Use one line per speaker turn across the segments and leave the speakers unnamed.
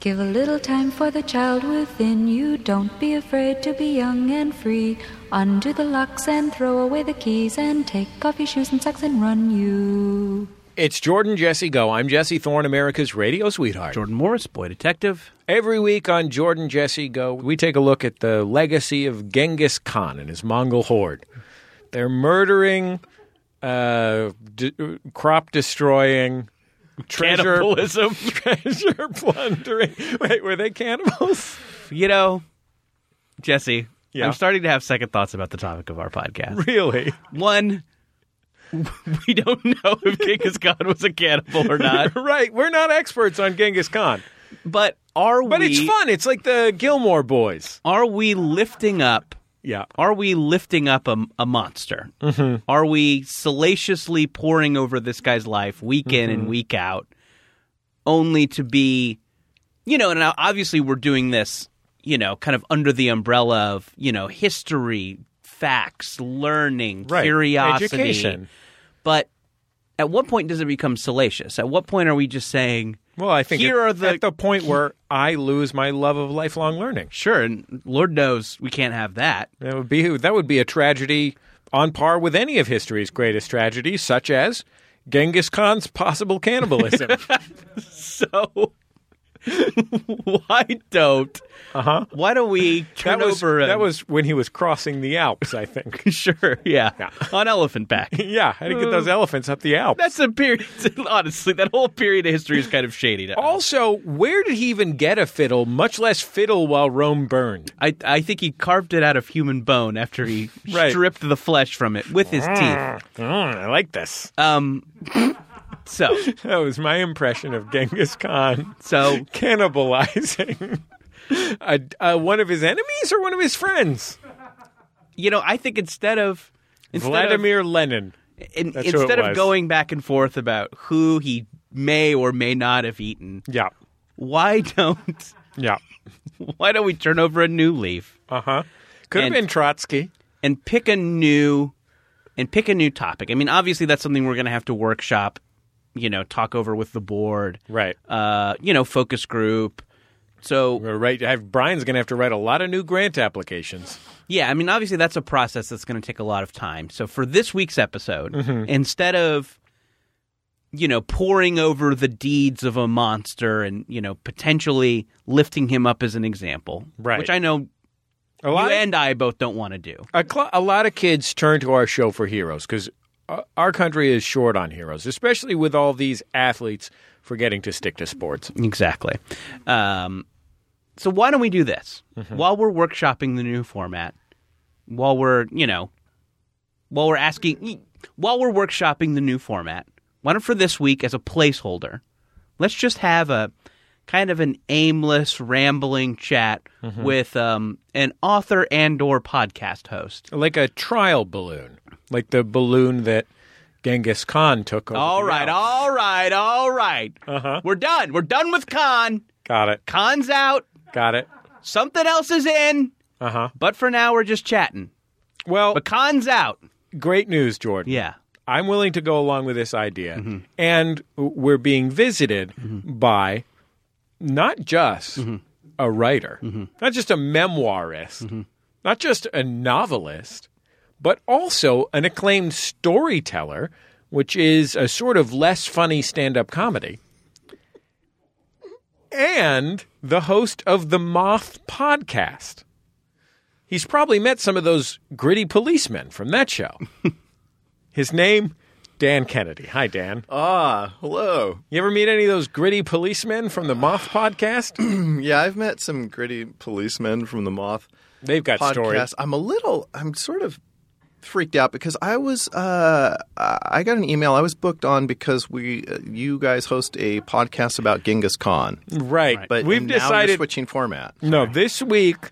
Give a little time for the child within you. Don't be afraid to be young and free. Undo the locks and throw away the keys and take off your shoes and socks and run you.
It's Jordan Jesse Go. I'm Jesse Thorne, America's radio sweetheart.
Jordan Morris, boy detective.
Every week on Jordan Jesse Go, we take a look at the legacy of Genghis Khan and his Mongol horde. They're murdering, uh, d- crop destroying, treasure
Cannibalism.
treasure plundering. Wait, were they cannibals?
You know, Jesse,
Yeah.
I'm starting to have second thoughts about the topic of our podcast.
Really?
One, we don't know if Genghis Khan was a cannibal or not,
right. We're not experts on Genghis Khan,
but are
but
we?
it's fun. It's like the Gilmore Boys.
Are we lifting up?
Yeah.
Are we lifting up a, a monster?
Mm-hmm.
Are we salaciously pouring over this guy's life week in
Mm-hmm.
and week out, only to be, you know? And obviously, we're doing this, you know, kind of under the umbrella of you know history, facts, learning,
Right.
curiosity,
Education.
But at what point does it become salacious? At what point are we just saying?
Well, I think
Here
at-
are the-
at the point where I lose my love of lifelong learning.
Sure, and Lord knows we can't have that.
That would be that would be a tragedy on par with any of history's greatest tragedies, such as Genghis Khan's possible cannibalism.
So why don't uh-huh. why don't we turn
that was
over and
that was when he was crossing the Alps, I think.
sure yeah,
Yeah.
on elephant back.
yeah, how to get
Uh.
those elephants up the Alps.
That's a period. Honestly, that whole period of history is kind of shady. To us.
Also, where did he even get a fiddle? Much less fiddle while Rome burned.
I I think he carved it out of human bone after he
Right.
stripped the flesh from it with his teeth.
Hmm, I like this.
Um, so
That was my impression of Genghis Khan
so
cannibalizing a, a, one of his enemies or one of his friends,
you know I think instead of instead of-
Vladimir Lenin.
in,
That's who it
instead of
was.
going back and forth about who he may or may not have eaten,
Yeah,
why don't
yeah.
why don't we turn over a new leaf
Uh huh. Could
And-
have been Trotsky.
and pick a new and pick a new topic? I mean, obviously that's something we're going to have to workshop, you know, talk over with the board,
Right.
Uh, you know, focus group. So
We're right. I have, Brian's going to have to write a lot of new grant applications.
yeah, I mean, obviously that's a process that's going to take a lot of time. So for this week's episode, instead of you know pouring over the deeds of a monster and you know potentially lifting him up as an example,
Right.
Which I know
A
you
lot. Of,
and I both don't want to do.
a, cl- a lot of kids turn to our show for heroes because our country is short on heroes, especially with all these athletes forgetting to stick to sports.
Exactly. Um, so why don't we do this while we're workshopping the new format? While we're you know, while we're asking, while we're workshopping the new format, why don't for this week as a placeholder, let's just have a kind of an aimless rambling chat with um, an author and or podcast host.
Like a trial balloon, like the balloon that Genghis Khan took. Over
All
the
right,
Alps.
all right, all right. Uh-huh. We're done. We're done with Khan.
got it,
Khan's out.
got it.
Something else is in.
Uh huh.
But for now, we're just chatting.
Well,
Pecans out.
great news, Jordan.
Yeah.
I'm willing to go along with this idea. And we're being visited by not just a writer, not just a memoirist, not just a novelist, but also an acclaimed storyteller, which is a sort of less funny stand up comedy. And the host of the Moth podcast. He's probably met some of those gritty policemen from that show. His name, Dan Kennedy. Hi, Dan.
Ah, hello.
You ever meet any of those gritty policemen from the Moth podcast?
Yeah, I've met some gritty policemen from the Moth
They've got
podcast.
stories.
I'm a little, I'm sort of freaked out because I was, uh, I got an email. I was booked on because we, uh, you guys host a podcast about Genghis Khan,
Right.
but
Mm. we've
and now
decided
you're switching format.
No, this week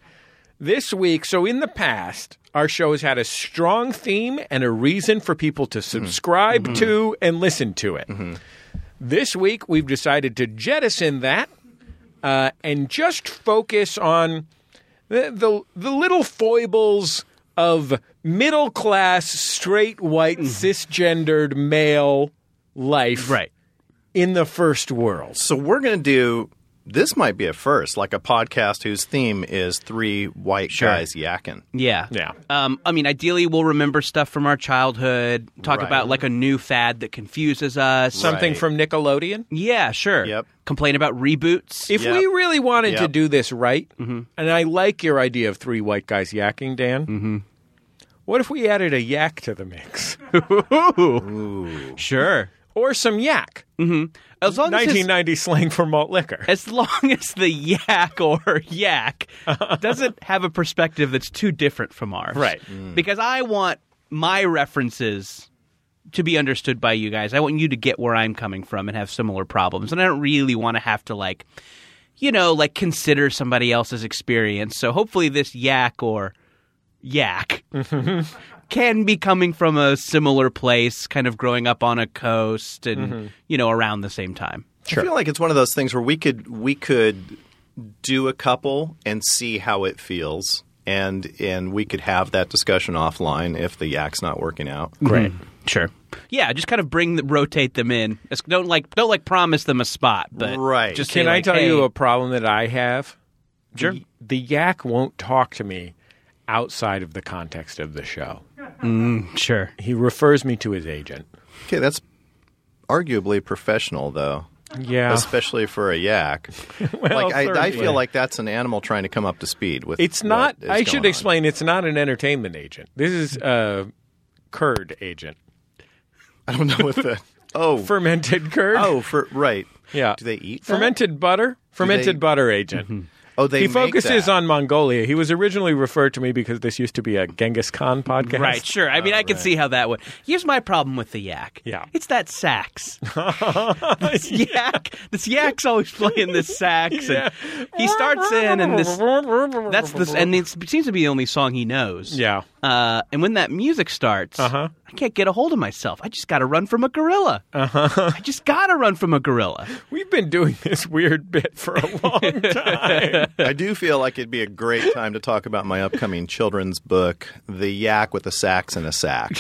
this week, so in the past, our show has had a strong theme and a reason for people to subscribe to and listen to it. This week we've decided to jettison that uh, and just focus on the, the the little foibles of middle class straight white cisgendered male life
Right.
in the first world.
So we're going to do this might be a first, like a podcast whose theme is three white guys yakking.
Yeah.
Yeah.
Um, I mean, ideally, we'll remember stuff from our childhood, talk
Right.
about like a new fad that confuses us.
Something
Right.
from Nickelodeon.
Yeah, sure.
Yep.
Complain about reboots.
If
Yep.
we really wanted to
Yep. Mm-hmm.
do this right, and I like your idea of three white guys yakking, Dan,
Mm-hmm.
what if we added a yak to the mix?
sure.
or some yak?
As long as, it's-
1990 slang for malt liquor.
as long as the yak or yak doesn't have a perspective that's too different from ours.
Right.
Because I want my references to be understood by you guys. I want you to get where I'm coming from and have similar problems. And I don't really want to have to like you know, like consider somebody else's experience. So hopefully this yak or yak can be coming from a similar place, kind of growing up on a coast and you know, around the same time.
I feel like it's one of those things where we could we could do a couple and see how it feels, and and we could have that discussion offline if the yak's not working out.
Right. Sure. Yeah, just kind of bring the, rotate them in. It's- Don't like don't like promise them a spot, but
Right.
Just
Can
say,
I
like,
tell
hey,
you a problem that I have?
Sure.
The, the yak won't talk to me outside of the context of the show.
sure.
He refers me to his agent.
Okay, that's arguably professional though.
Yeah.
Especially for a yak, like I, I
certainly.
feel like that's an animal trying to come up to speed with.
It's not.
what is
I
going
should
on.
explain. It's not an entertainment agent. This is a curd agent.
I don't know what the oh
Fermented curd.
oh for right
yeah.
Do they eat that?
fermented butter? Fermented butter agent.
Oh, they
He
make
focuses
that.
on Mongolia. He was originally referred to me because this used to be a Genghis Khan podcast.
Right, sure. I mean, I can see how that would. Here's my problem with the yak.
Yeah.
it's that sax. this yak, this yak's always playing this sax, and he starts in, and this that's this, and it's, it seems to be the only song he knows.
Yeah.
Uh, and when that music starts,
Uh-huh.
I can't get a hold of myself. I just got to run from a gorilla.
Uh-huh.
I just got to run from a gorilla.
We've been doing this weird bit for a long time.
I do feel like it'd be a great time to talk about my upcoming children's book, The Yak with a Sax and a Sack.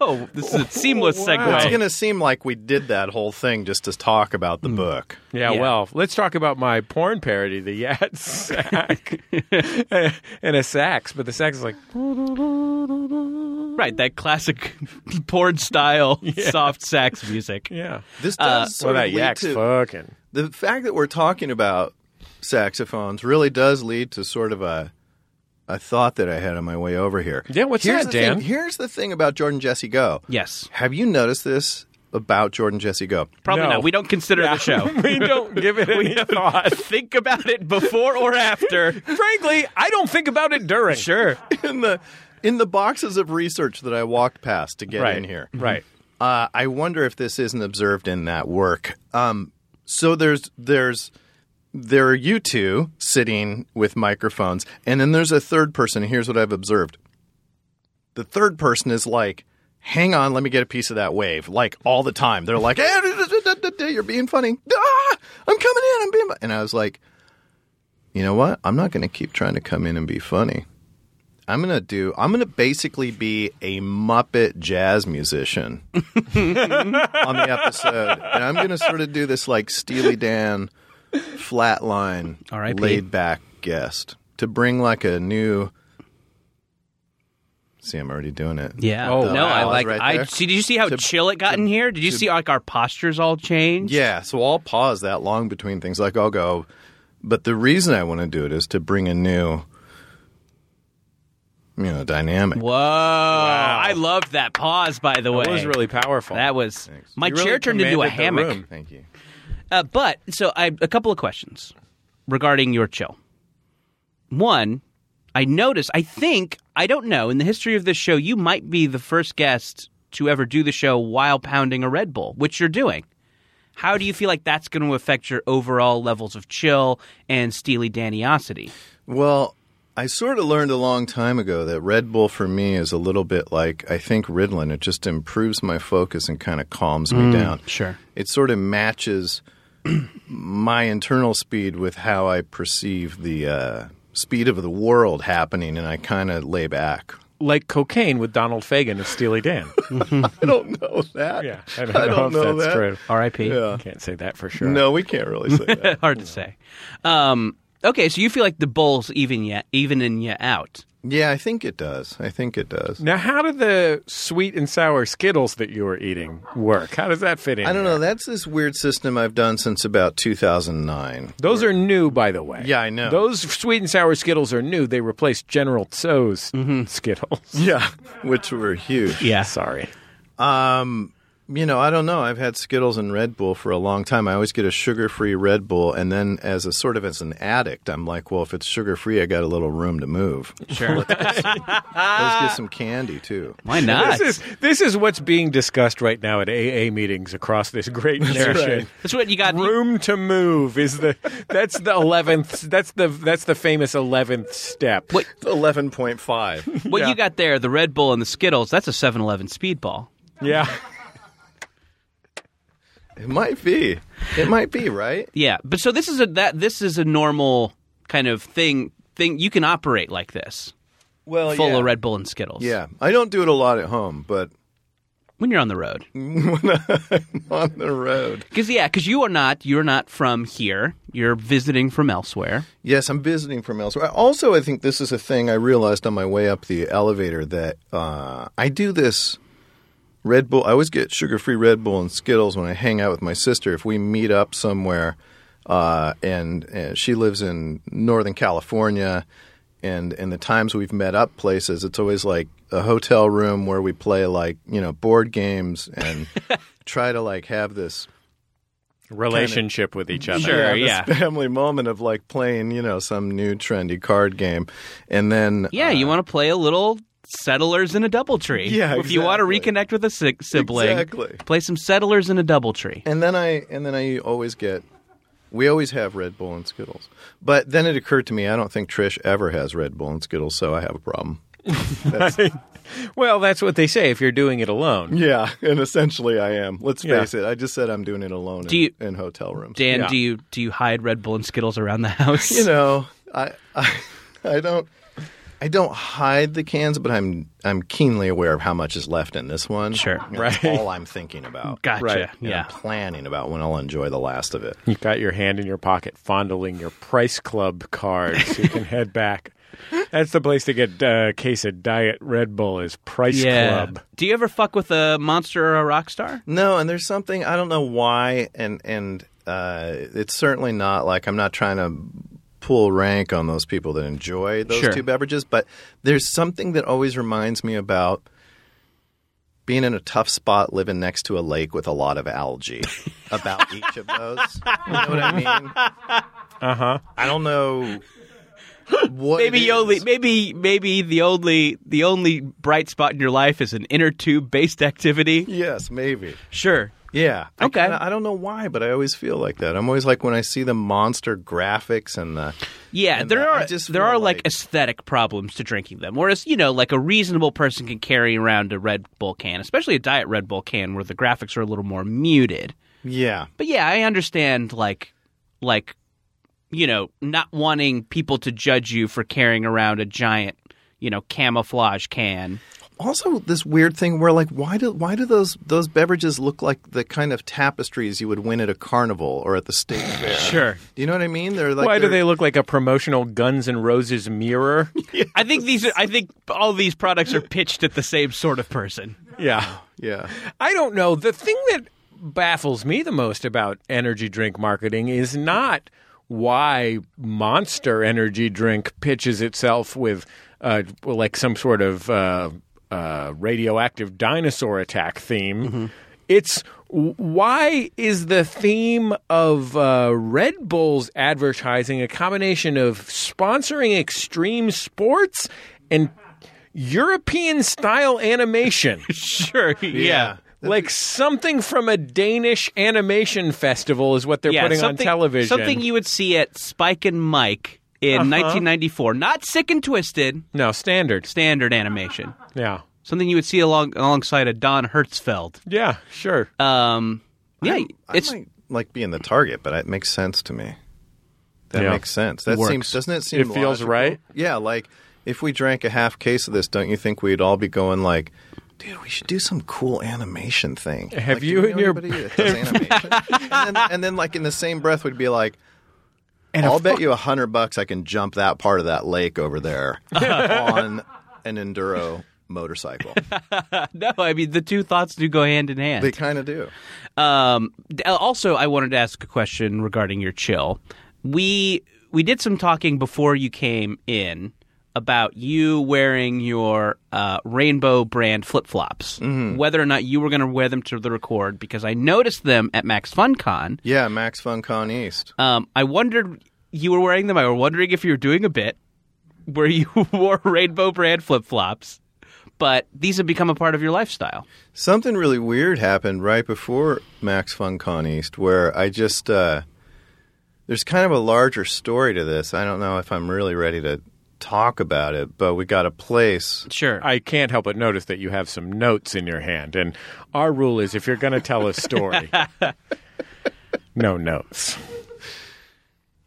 Oh, this is a seamless
Wow.
segue.
It's going to seem like we did that whole thing just to talk about the book.
Hmm. Yeah,
Yeah.
well, let's talk about my porn parody, the Yat Sack and a sax, but the sax is like
Right, that classic porn style soft sax music.
Yeah.
This does
Well,
sort of
that
lead
Uh, yak's
to-
fucking.
the fact that we're talking about saxophones really does lead to sort of a a thought that I had on my way over here.
Yeah, what's
here's
that,
the thing-
Dan?
here's the thing about Jordan Jesse Go.
Yes.
Have you noticed this about Jordan Jesse Go?
Probably
No.
not. We don't consider the show.
we don't give it any thought.
Think about it before or after.
Frankly, I don't think about it during.
Sure.
in the in the boxes of research that I walked past to get
Right.
in here.
Right.
Uh, I wonder if this isn't observed in that work. Um, so there's there's there are you two sitting with microphones, and then there's a third person. Here's what I've observed: the third person is like. Hang on, let me get a piece of that wave. Like all the time, they're like, "Eh, da, da, da, da, da, "You're being funny." Ah, I'm coming in. I'm being, fu-" and I was like, "You know what? I'm not going to keep trying to come in and be funny. I'm gonna do. I'm gonna basically be a Muppet jazz musician on the episode, and I'm gonna sort of do this like Steely Dan, flatline,
R.I.P..
laid back guest to bring like a new. See, I'm already doing it.
Yeah.
Oh,
no,
wow.
I
I was
like.
right
I
there.
see. Did you see how
To-
chill it got in here? Did you see like our postures all change?
Yeah, so I'll pause that long between things. Like I'll go, but the reason I want to do it is to bring a new, you know, dynamic.
Whoa! I loved that pause. By the way,
It was really powerful.
That was my
You
chair
really
turned into a
commanded the
hammock.
room.
Thank you.
Uh, but so I a couple of questions regarding your chill. One, I noticed. I think I don't know. In the history of this show, you might be the first guest to ever do the show while pounding a Red Bull, which you're doing. How do you feel like that's going to affect your overall levels of chill and steely daniosity?
Well, I sort of learned a long time ago that Red Bull for me is a little bit like I think Ritalin. It just improves my focus and kind of calms
Mm,
me down.
sure.
It sort of matches my internal speed with how I perceive the uh, speed of the world happening, and I kind of lay back
like cocaine with Donald Fagen and Steely Dan.
I don't know that.
Yeah, I don't,
I don't
know if
know
that's
that.
true.
R.I.P.
Yeah.
Can't say that for sure.
No, we can't really say that.
Hard to say. Um, okay, so you feel like the Bulls even yet even in you out.
yeah, I think it does. I think it does.
Now, how do the sweet and sour Skittles that you were eating work? How does that fit in?
I don't
there?
know. That's this weird system I've done since about 2009.
Those are new, by the way.
Yeah, I know.
Those sweet and sour Skittles are new. They replaced General Tso's
Mm-hmm.
Skittles.
Yeah, which were huge.
Yeah.
Sorry.
You know, I don't know. I've had Skittles and Red Bull for a long time. I always get a sugar-free Red Bull, and then as a sort of as an addict, I'm like, well, if it's sugar-free, I got a little room to move.
Sure.
Let's get some candy too.
Why not?
This is this is what's being discussed right now at AA meetings across this great nation.
That's what you got.
Room to move is the that's the eleventh that's the that's the famous eleventh step.
What
Eleven point five.
what
Yeah.
you got there, the Red Bull and the Skittles, that's a 7-Eleven speedball.
Yeah,
It might be. It might be right.
Yeah, but so this is a that this is a normal kind of thing thing you can operate like this,
Well,
full
yeah.
of Red Bull and Skittles.
Yeah, I don't do it a lot at home, but
when you're on the road,
Mm. on the road.
because yeah, because you are not you're not from here. You're visiting from elsewhere.
Yes, I'm visiting from elsewhere. I- Also, I think this is a thing I realized on my way up the elevator that uh, I do this Red Bull. I always get sugar free Red Bull and Skittles when I hang out with my sister. If we meet up somewhere, uh, and, and she lives in Northern California, and and the times we've met up places, it's always like a hotel room where we play like you know board games and try to like have this
relationship with each other.
Sure,
this
yeah.
family moment of like playing, you know, some new trendy card game, and then
Yeah,
uh,
you want to play a little settlers in a double tree.
Yeah,
if you want to
exactly.
reconnect with a si- sibling,
Exactly.
play some settlers in a double tree.
and then I and then I always get. We always have Red Bull and Skittles, but then it occurred to me I don't think Trish ever has Red Bull and Skittles, so I have a problem.
Well, that's what they say if you're doing it alone.
Yeah, and essentially I am. Let's
Yeah.
face it. I just said I'm doing it alone in,
Do you-
in hotel rooms.
Dan,
Yeah.
do you do you hide Red Bull and Skittles around the house?
you know, I, I I don't I don't hide the cans, but I'm I'm keenly aware of how much is left in this one.
Sure.
That's right. all I'm thinking about.
gotcha.
Right.
And
Yeah.
I'm planning about when I'll enjoy the last of it.
You got your hand in your pocket, fondling your Price Club cards. you can head back. That's the place to get uh, a case of Diet Red Bull is Price
yeah.
Club.
Do you ever fuck with a monster or a rock star?
No, and there's something I don't know why, and and uh, it's certainly not like I'm not trying to pull rank on those people that enjoy those
Sure.
two beverages, but there's something that always reminds me about being in a tough spot, living next to a lake with a lot of algae. about each of those, you know what I mean? Uh
Uh-huh.
huh. I don't know. What
Maybe
it
you only
is.
maybe maybe the only the only bright spot in your life is an inner tube based activity.
Yes, maybe.
Sure.
Yeah. I
Okay.
kinda- I don't know why, but I always feel like that. I'm always like when I see the monster graphics and the
Yeah,
And
there
I
are
just
there
feel
are like,
like-
aesthetic problems to drinking them. Whereas, you know, like a reasonable person can carry around a Red Bull can, especially a diet Red Bull can where the graphics are a little more muted.
yeah.
But yeah, I understand like like you know, not wanting people to judge you for carrying around a giant, you know, camouflage can.
Also, this weird thing where like why do why do those those beverages look like the kind of tapestries you would win at a carnival or at the state fair?
Sure.
Do you know what I mean? They're like
Why do they
they're-
look like a promotional Guns N' Roses mirror?
I think these are, I think all these products are pitched at the same sort of person.
yeah.
Yeah.
I don't know. The thing that baffles me the most about energy drink marketing is not why Monster Energy Drink pitches itself with uh, like some sort of uh, uh, radioactive dinosaur attack theme. It's w- why is the theme of uh, Red Bull's advertising a combination of sponsoring extreme sports and European style animation?
Sure. yeah.
like something from a Danish animation festival is what they're putting on
something-
television.
Something you would see at Spike and Mike in 1994, not Sick and Twisted,
no standards.
standard animation.
Yeah,
Something you would see along alongside a Don Hertzfeld.
yeah, sure.
Um, yeah,
I
it's
might like be in the target, but it makes sense to me. That
Yeah.
makes sense. That
Works.
seems doesn't it seem
It feels
logical?
right.
Yeah, like if we drank a half case of this, don't you think we'd all be going like, dude, we should do some cool animation thing?
Have
Like, do
you
we
and
know
your-
anybody that does animation? and, then, and then like in the same breath, we'd be like. I'll bet you a hundred bucks I can jump that part of that lake over there on an enduro motorcycle.
No, I mean the two thoughts do go hand in hand.
They kind of do.
Um, d- also, I wanted to ask a question regarding your chill. We we did some talking before you came in about you wearing your uh, rainbow brand flip flops, whether or not you were going to wear them to the record, because I noticed them at Max FunCon.
Yeah, Max FunCon East.
Um, I wondered you were wearing them. I were wondering if you were doing a bit where you wore rainbow brand flip flops, but these have become a part of your lifestyle.
Something really weird happened right before Max FunCon East, where I just uh, there's kind of a larger story to this. I don't know if I'm really ready to talk about it, but we got a place.
Sure.
I can't help but notice that you have some notes in your hand, and our rule is if you're going to tell a story, no notes.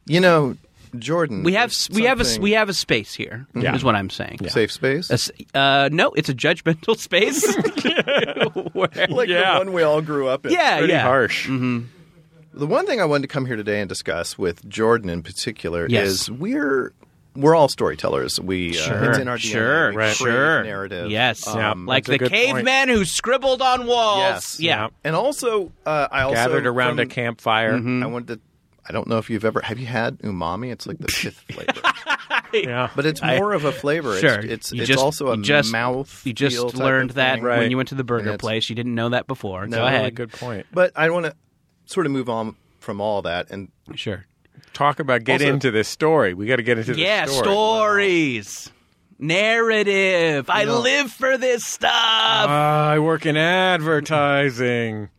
You know, Jordan.
We have
there's
we have a
something-
we have a space here. Is
Yeah.
what I'm saying.
safe space.
A s- Uh, no, it's a judgmental space. Where-
like
yeah. Mm-hmm.
the one we all grew up in.
yeah,
Pretty
yeah.
harsh.
The one thing I wanted to come here today and discuss with Jordan in particular
Yes.
is we're we're all storytellers. We uh, it's in our DNA.
sure,
We
right.
create
sure.
narrative.
Yes,
Yeah, Um,
like
that's a
the
good point.
caveman who scribbled on walls.
Yes.
yeah.
And also, uh, I also
Gathered around
from-
a campfire.
Mm-hmm.
I wanted to. I don't know if you've ever have you had umami. It's like the fifth flavor,
Yeah.
but it's more of a flavor.
Sure.
It's it's,
You
it's
just-
also a
you just,
mouth.
You just
feel type
learned
of
that
thing.
Right.
when you went to the burger
it's-
place. You didn't know that before.
No,
Go
really
Really
ahead.
good point.
But I want to sort of move on from all that and
Sure.
Talk about get
Also-
into this story. We got to get into this
Yeah,
story.
stories, narrative. I
know-
live for this stuff.
Ah, I work in advertising.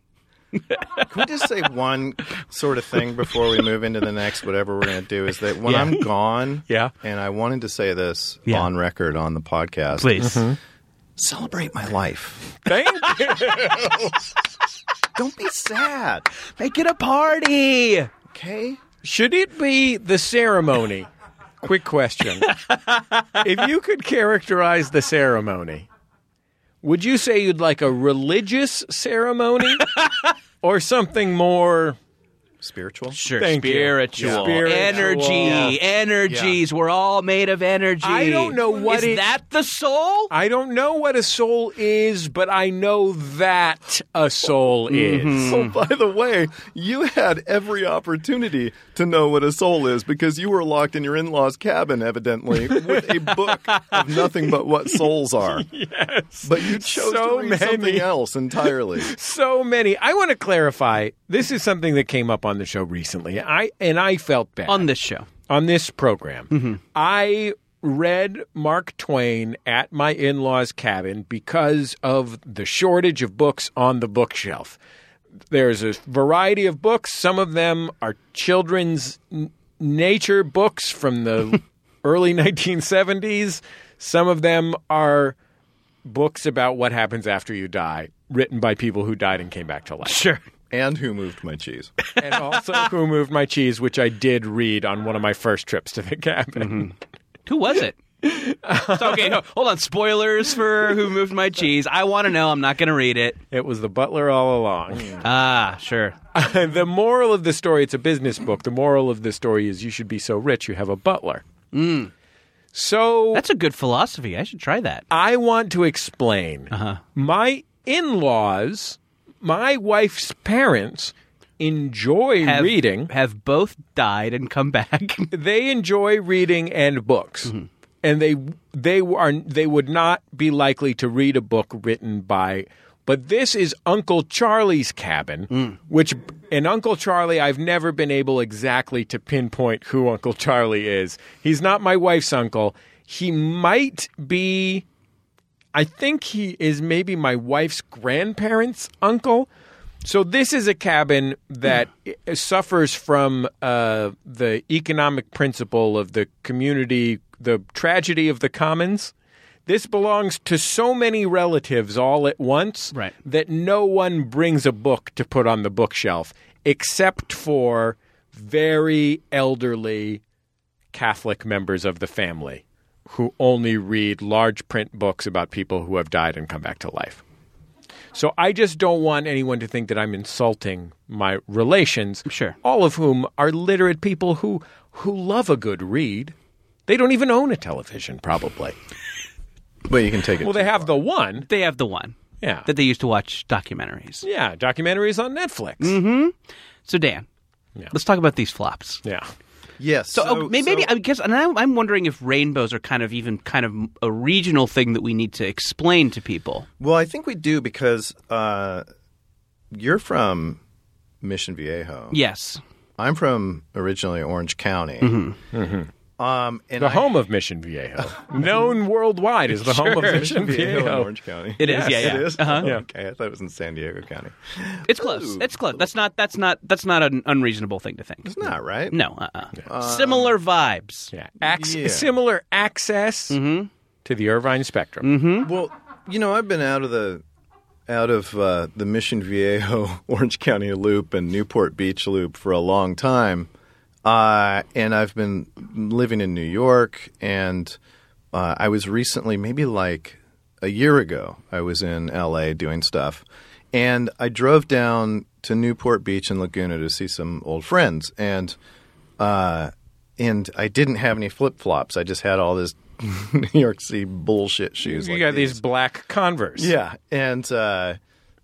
Can we just say one sort of thing before we move into the next? Whatever we're going to do is that when I'm gone,
Yeah.
and I wanted to say this
Yeah.
on record on the podcast.
Please.
Uh-huh.
celebrate my life.
Thank you.
Don't be sad.
Make it a party.
Okay.
Should it be the ceremony? Quick question. if you could characterize the ceremony, would you say you'd like a religious ceremony or something more?
Spiritual.
Sure,
Thank you.
spiritual.
Yeah. Spiritual.
energy,
Yeah.
energies. We're all made of energy.
I don't know what
is
it-
that. The soul.
I don't know what a soul is, but I know that a soul is.
Oh, by the way, you had every opportunity to know what a soul is because you were locked in your in law's cabin, evidently, with a book of nothing but what souls are. Yes. But you chose
So
to read
many.
something else entirely.
So many. I want to clarify. This is something that came up on the show recently. I and I felt bad.
On this show,
on this program. I read Mark Twain at my in law's cabin because of the shortage of books on the bookshelf. There's a variety of books. Some of them are children's n- nature books from the early 1970s, some of them are books about what happens after you die. Written by people who died and came back to life. Sure.
and who moved my cheese?
And also, Who Moved My Cheese, which I did read on one of my first trips to the cabin.
who was it? It's okay, no, hold on. Spoilers for who moved my cheese. I want to know. I'm not going to read it.
It was the butler all along.
Ah, sure.
the moral of the story, it's a business book. The moral of the story is you should be so rich you have a butler. So
Hmm. That's a good philosophy. I should try that.
I want to explain.
Uh-huh.
My in laws, my wife's parents, enjoy
Have-
reading.
Have both died and come back.
They enjoy reading and books. And they they are they would not be likely to read a book written by but this is Uncle Charlie's cabin, which and Uncle Charlie I've never been able exactly to pinpoint who Uncle Charlie is. He's not my wife's uncle. He might be I think he is maybe my wife's grandparents' uncle. So this is a cabin that i- uh, suffers from uh, the economic principle of the community, the tragedy of the commons. This belongs to so many relatives all at once
Right.
that no one brings a book to put on the bookshelf except for very elderly Catholic members of the family who only read large print books about people who have died and come back to life. So I just don't want anyone to think that I'm insulting my relations,
Sure.
all of whom are literate people who who love a good read. They don't even own a television, probably.
But you can take it.
Well, they have the one.
They have the one
Yeah.
that they used to watch documentaries.
Yeah, documentaries on Netflix.
So Dan,
Yeah.
let's talk about these flops.
Yeah.
yes.
So, oh, may- maybe
so-
I guess, and I'm, I'm wondering if rainbows are kind of even kind of a regional thing that we need to explain to people.
Well, I think we do because uh, you're from Mission Viejo.
Yes,
I'm from originally Orange County. Um, and
Mm-hmm. The
I-
home of Mission Viejo. Known worldwide as the home of Mission
Mission Viejo in
Viejo.
Orange County.
It is, yeah, yeah.
It is?
Uh-huh.
Oh,
Yeah.
Okay, I thought it was in San Diego County.
it's close. It's close. That's not. That's not. That's not an unreasonable thing to think.
It's not right.
No. Uh-uh. Similar vibes.
Yeah. Mm-hmm. Ac-
Yeah.
Similar access to the Irvine Spectrum.
Well, you know, I've been out of the out of uh, the Mission Viejo, Orange County loop, and Newport Beach loop for a long time, uh, and I've been living in New York, and uh, I was recently, maybe like a year ago, I was in L.A. doing stuff, and I drove down to Newport Beach and Laguna to see some old friends, and uh, and I didn't have any flip flops. I just had all this New York City bullshit shoes.
You
like
got these black Converse.
yeah, and uh,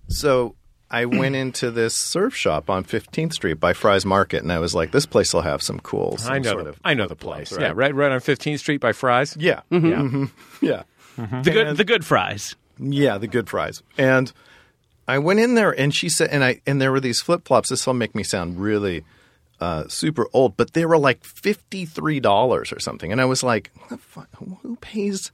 so I went into this surf shop on 15th Street by Fry's Market, and I was like, "This place will have some cool." Some
I know.
sort
the,
of
I know the place.
right?
Yeah, right, right on 15th Street by Fry's.
Yeah, Mm-hmm.
Yeah.
yeah,
The good. The good fries.
yeah. The good fries, and I went in there, and she said, and I and there were these flip flops. This will make me sound really. Uh, super old, but they were like fifty three dollars or something, and I was like, "What the fu- "Who pays?"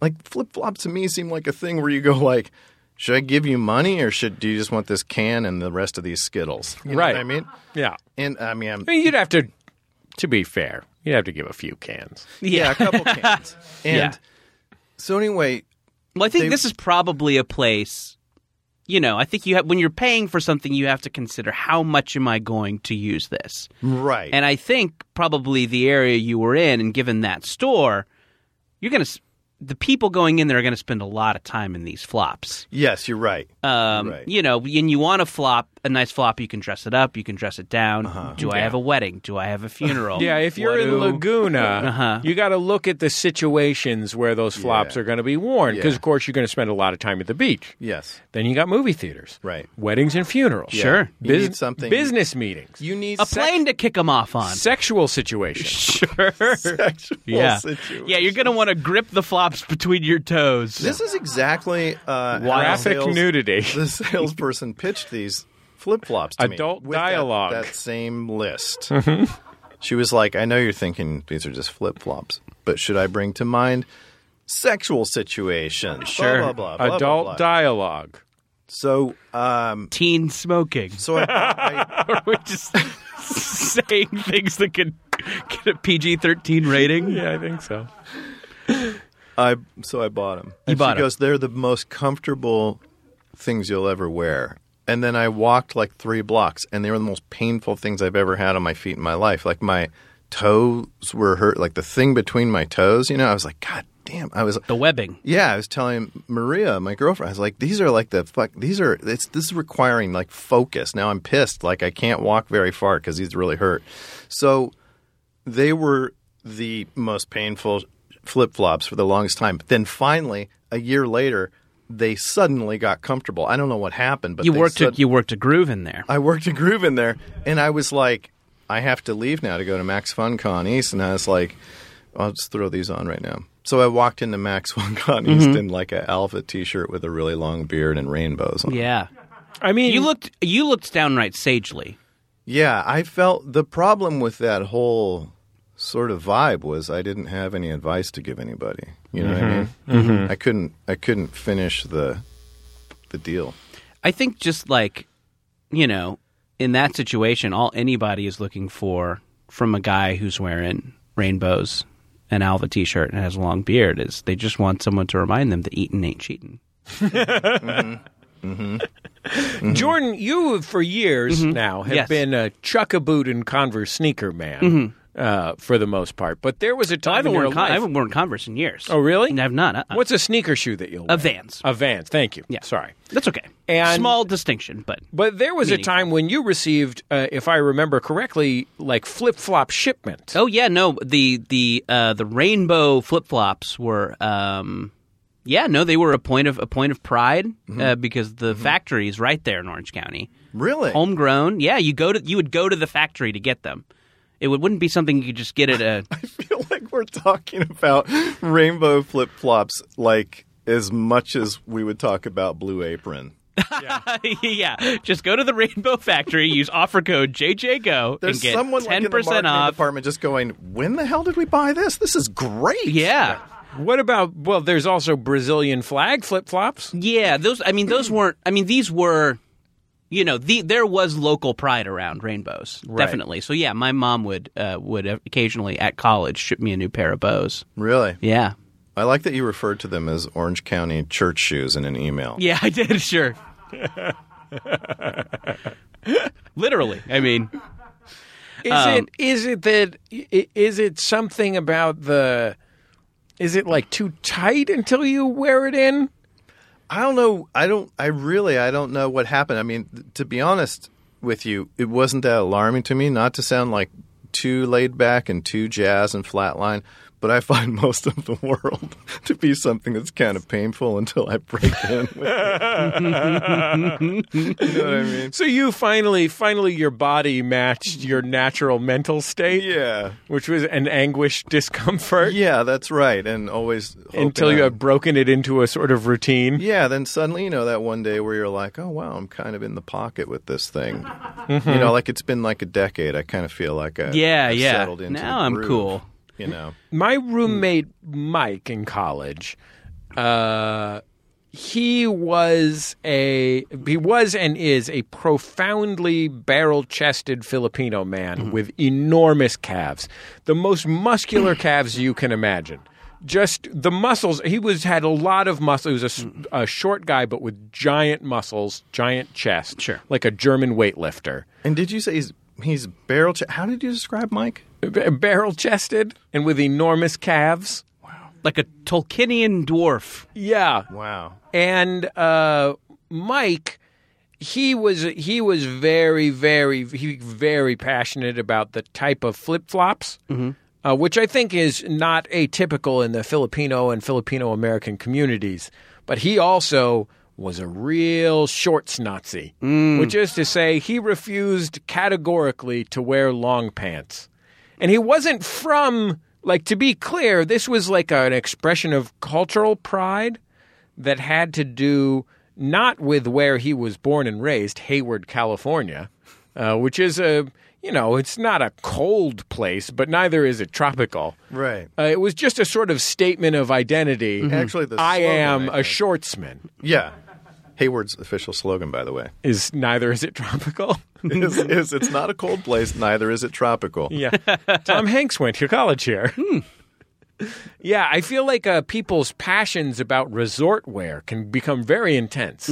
Like flip flops to me seem like a thing where you go like, "Should I give you money or should do you just want this can and the rest of these Skittles?" You know
Right.
what I mean,
Yeah.
And I mean, I'm,
I mean, you'd have to, to be fair, you'd have to give a few cans.
yeah, a couple cans. And
Yeah.
so anyway,
Well, I think
They-
this is probably a place. You know, I think you have when you're paying for something, you have to consider how much am I going to use this.
right.
And I think probably the area you were in, and given that store, you're going to the people going in there are going to spend a lot of time in these flops.
yes, you're right.
Um,
Right.
You know, and you want a flop, a nice flop. You can dress it up, you can dress it down. Do I have a wedding? Do I have a funeral?
Yeah, if you're
What
in
do-
Laguna,
Uh-huh.
you got to look at the situations where those flops
Yeah.
are going to be worn because,
Yeah.
of course, you're going to spend a lot of time at the beach.
yes,
Then you got movie theaters,
Right.
Weddings and funerals,
Sure.
You need something-
business meetings,
you need
a
sex-
plane to kick them off on.
sexual situations.
Sure.
sexual
yeah.
situation.
Yeah, you're going to want to grip the flops between your toes.
This is exactly uh, how
Graphic
sales-
nudity.
The salesperson pitched these flip flops to me.
Adult
with that-
dialogue. Mm-hmm.
That, same list. she was like, "I know you're thinking these are just flip flops, but should I bring to mind sexual situations?
Sure.
Blah, blah, blah, blah, blah,
Adult
blah.
dialogue.
so, um,
Teen smoking.
so I, I
We're just saying things that could get a PG 13 rating.
Yeah, I think so.
I so I bought them.
You bought
she
'em.
goes, they're the most comfortable things you'll ever wear. And then I walked like three blocks, and they were the most painful things I've ever had on my feet in my life. Like my toes were hurt, like the thing between my toes. You know, I was like, God damn! I was
The webbing.
yeah, I was telling Maria, my girlfriend, I was like, these are like the fuck, these are, it's, this is requiring like focus. Now I'm pissed. Like I can't walk very far because these really hurt. So they were the most painful flip flops for the longest time. But then finally, a year later, they suddenly got comfortable. I don't know what happened, but
You
they
worked,
sud-
a, you worked a groove in there.
I worked a groove in there, and I was like, I have to leave now to go to Max FunCon East, and I was like, I'll just throw these on right now. So I walked into Max FunCon East in like an alpha T-shirt with a really long beard and rainbows on.
Yeah.
I mean,
You looked you looked downright sagely.
Yeah, I felt the problem with that whole sort of vibe was I didn't have any advice to give anybody. You know what I mean? I couldn't. I couldn't finish the the deal.
I think just like you know, in that situation, all anybody is looking for from a guy who's wearing rainbows, an Alva T-shirt, and has a long beard is they just want someone to remind them that eating ain't cheating.
Jordan, you for years now have
Yes. Mm-hmm.
been a chuck a boot and Converse sneaker man. uh, for the most part. But there was a time
Mm-hmm. I haven't
in your
worn Con-
life-
I haven't worn Converse in years.
Oh, really?
I have not. Uh-uh.
What's a sneaker shoe that you'll wear?
a Vans?
A Vans. Thank you.
Yeah.
Sorry.
That's okay.
And-
Small distinction, but
But there was a time when you received, uh, if I remember correctly, like flip flop shipment.
oh yeah, no the the uh, the rainbow flip flops were um, yeah no they were a point of a point of pride
Mm-hmm.
uh, because the factory is right there in Orange County,
Really?
homegrown. Yeah, you go to you would go to the factory to get them. It would, wouldn't be something you could just get at a
I feel like we're talking about rainbow flip flops like as much as we would talk about Blue Apron.
yeah. Just go to the Rainbow Factory, use offer code JJGO,
There's
and get
someone like in
ten
the marketing
percent off.
department just going, "When the hell did we buy this? This is great."
Yeah.
What about? Well, there's also Brazilian flag flip flops.
Yeah, those. I mean, those weren't. I mean, these were. You know, the there was local pride around rainbows, definitely. So yeah, my mom would uh, would occasionally at college ship me a new pair of bows.
Really?
Yeah,
I like that you referred to them as Orange County church shoes in an email.
yeah, I did. Sure. Literally, I mean,
Is
Um,
it? Is it that? i- Is it something about the? Is it like too tight until you wear it in?
I don't know. I don't. I really. I don't know what happened. I mean, th- to be honest with you, it wasn't that alarming to me. Not to sound like too laid back and too jazz and flatline, but I find most of the world to be something that's kind of painful until I break in. With it. you know what I mean?
So you finally, finally, your body matched your natural mental state,
Yeah.
which was an anguished discomfort
Yeah, that's right. And always hoping
until you
I'm-
had broken it into a sort of routine.
Yeah, then suddenly, you know, that one day where you're like, oh, wow, I'm kind of in the pocket with this thing. You know, like it's been like a decade. I kind of feel like
Mm-hmm.
I,
yeah,
I've
yeah.
settled into
Now
the
I'm
groove,
cool.
You know,
my roommate Mike in college, uh, he was a he was and is a profoundly barrel-chested Filipino man with enormous calves, the most muscular calves you can imagine. Just the muscles. He was had a lot of muscle. He was a s- a, short guy, but with giant muscles, giant chest,
Sure.
like a German weightlifter,
and did you say he's he's barrel? Ch- How did you describe Mike?
barrel-chested and with enormous calves.
Like a Tolkienian dwarf.
Yeah,
Wow.
and uh, Mike, he was he was very very he very passionate about the type of flip flops, uh, which I think is not atypical in the Filipino and Filipino American communities. But he also was a real shorts Nazi, which is to say, he refused categorically to wear long pants and he wasn't from like to be clear this was like an expression of cultural pride that had to do not with where he was born and raised hayward california uh, which is a you know it's not a cold place but neither is it tropical
Right.
uh, it was just a sort of statement of identity
Mm-hmm. Actually, the
i
slogan,
am
I
a
think.
shortsman
Yeah. Hayward's official slogan, by the way,
is neither is it tropical
is, is it's not a cold place, neither is it tropical.
Yeah. Tom Hanks went to college here. Hmm. Yeah, I feel like uh, people's passions about resort wear can become very intense.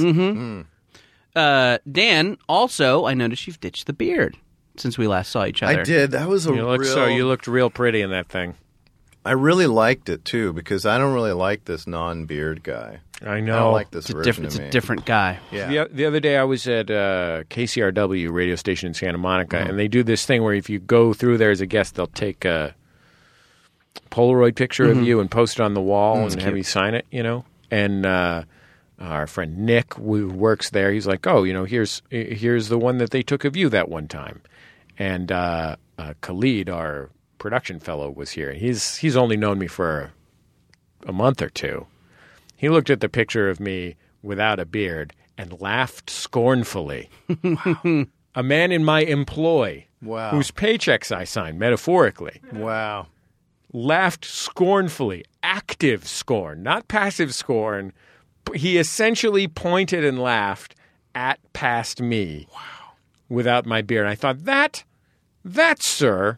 Uh, Dan, also, I noticed you've ditched the beard since we last saw each other.
I did. That was a
You look
real.
so you looked real pretty in that thing.
I really liked it too because I don't really like this non-beard guy.
I
I
know.
don't like this
It's a,
version
different, it's
of
a
me.
different guy.
Yeah.
The, the other day, I was at uh, KCRW radio station in Santa Monica, and they do this thing where if you go through there as a guest, they'll take a Polaroid picture of you and post it on the wall and have you sign it, you know? And uh, our friend Nick, who works there, he's like, oh, you know, here's here's the one that they took of you that one time. And uh, uh, Khalid, our production fellow, was here. He's, he's only known me for a month or two. He looked at the picture of me without a beard and laughed scornfully. A man in my employ,
Wow.
whose paychecks I signed metaphorically,
Wow.
laughed scornfully, active scorn, not passive scorn. P- He essentially pointed and laughed at past me. Wow. Without my beard. I thought that that sir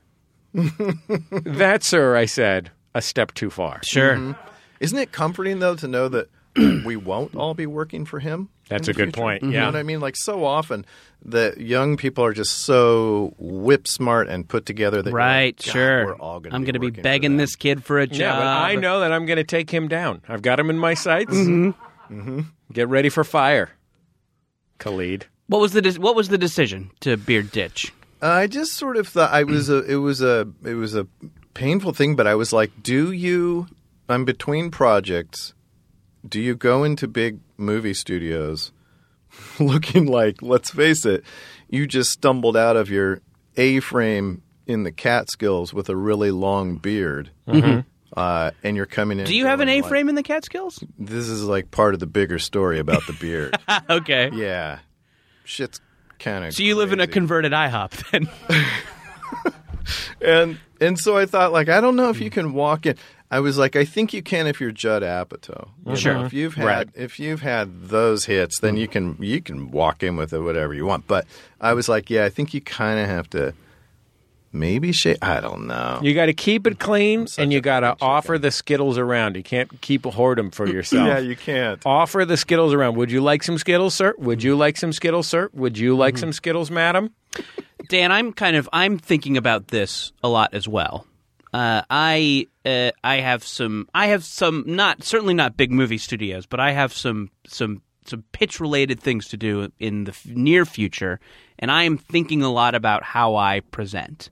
that sir I said a step too far.
Sure.
Mm-hmm. Isn't it comforting though to know that we won't all be working for him.
That's
in
a
the
good
future.
point,
You
yeah.
know what I mean? Like so often the young people are just so whip smart and put together that you're like,
Right,
"God,
sure.
We're all gonna
I'm
going to
be begging this kid for a job.
Yeah, but I know that I'm going to take him down. I've got him in my sights. Mm-hmm. Get ready for fire, Khalid.
What was the de- what was the decision to beard ditch?
I just sort of thought I was a it was a it was a painful thing, but I was like, do you? I'm between projects. Do you go into big movie studios looking like, let's face it, you just stumbled out of your A frame in the Catskills with a really long beard, uh, and you're coming in.
Do you have an
going
A
like,
frame in the Catskills?
this is like part of the bigger story about the beard.
okay.
yeah, shit's kind of.
So you live in a converted IHOP then?
and and so I thought, like, I don't know if you can walk in. I was like, I think you can if you're Judd Apatow. You know,
Sure.
if you've had
Right.
if you've had those hits, then you can you can walk in with it whatever you want. But I was like, yeah, I think you kind of have to maybe shave. I don't know.
You got to keep it clean, and you got to offer the Skittles around. You can't keep hoard them for yourself.
yeah, you can't.
offer the Skittles around. Would you like some Skittles, sir? Would you like some Skittles, sir? Would you like some Skittles, madam?
Dan, I'm kind of I'm thinking about this a lot as well. Uh, I uh, I have some I have some not certainly not big movie studios, but I have some some some pitch related things to do in the f- near future, and I am thinking a lot about how I present.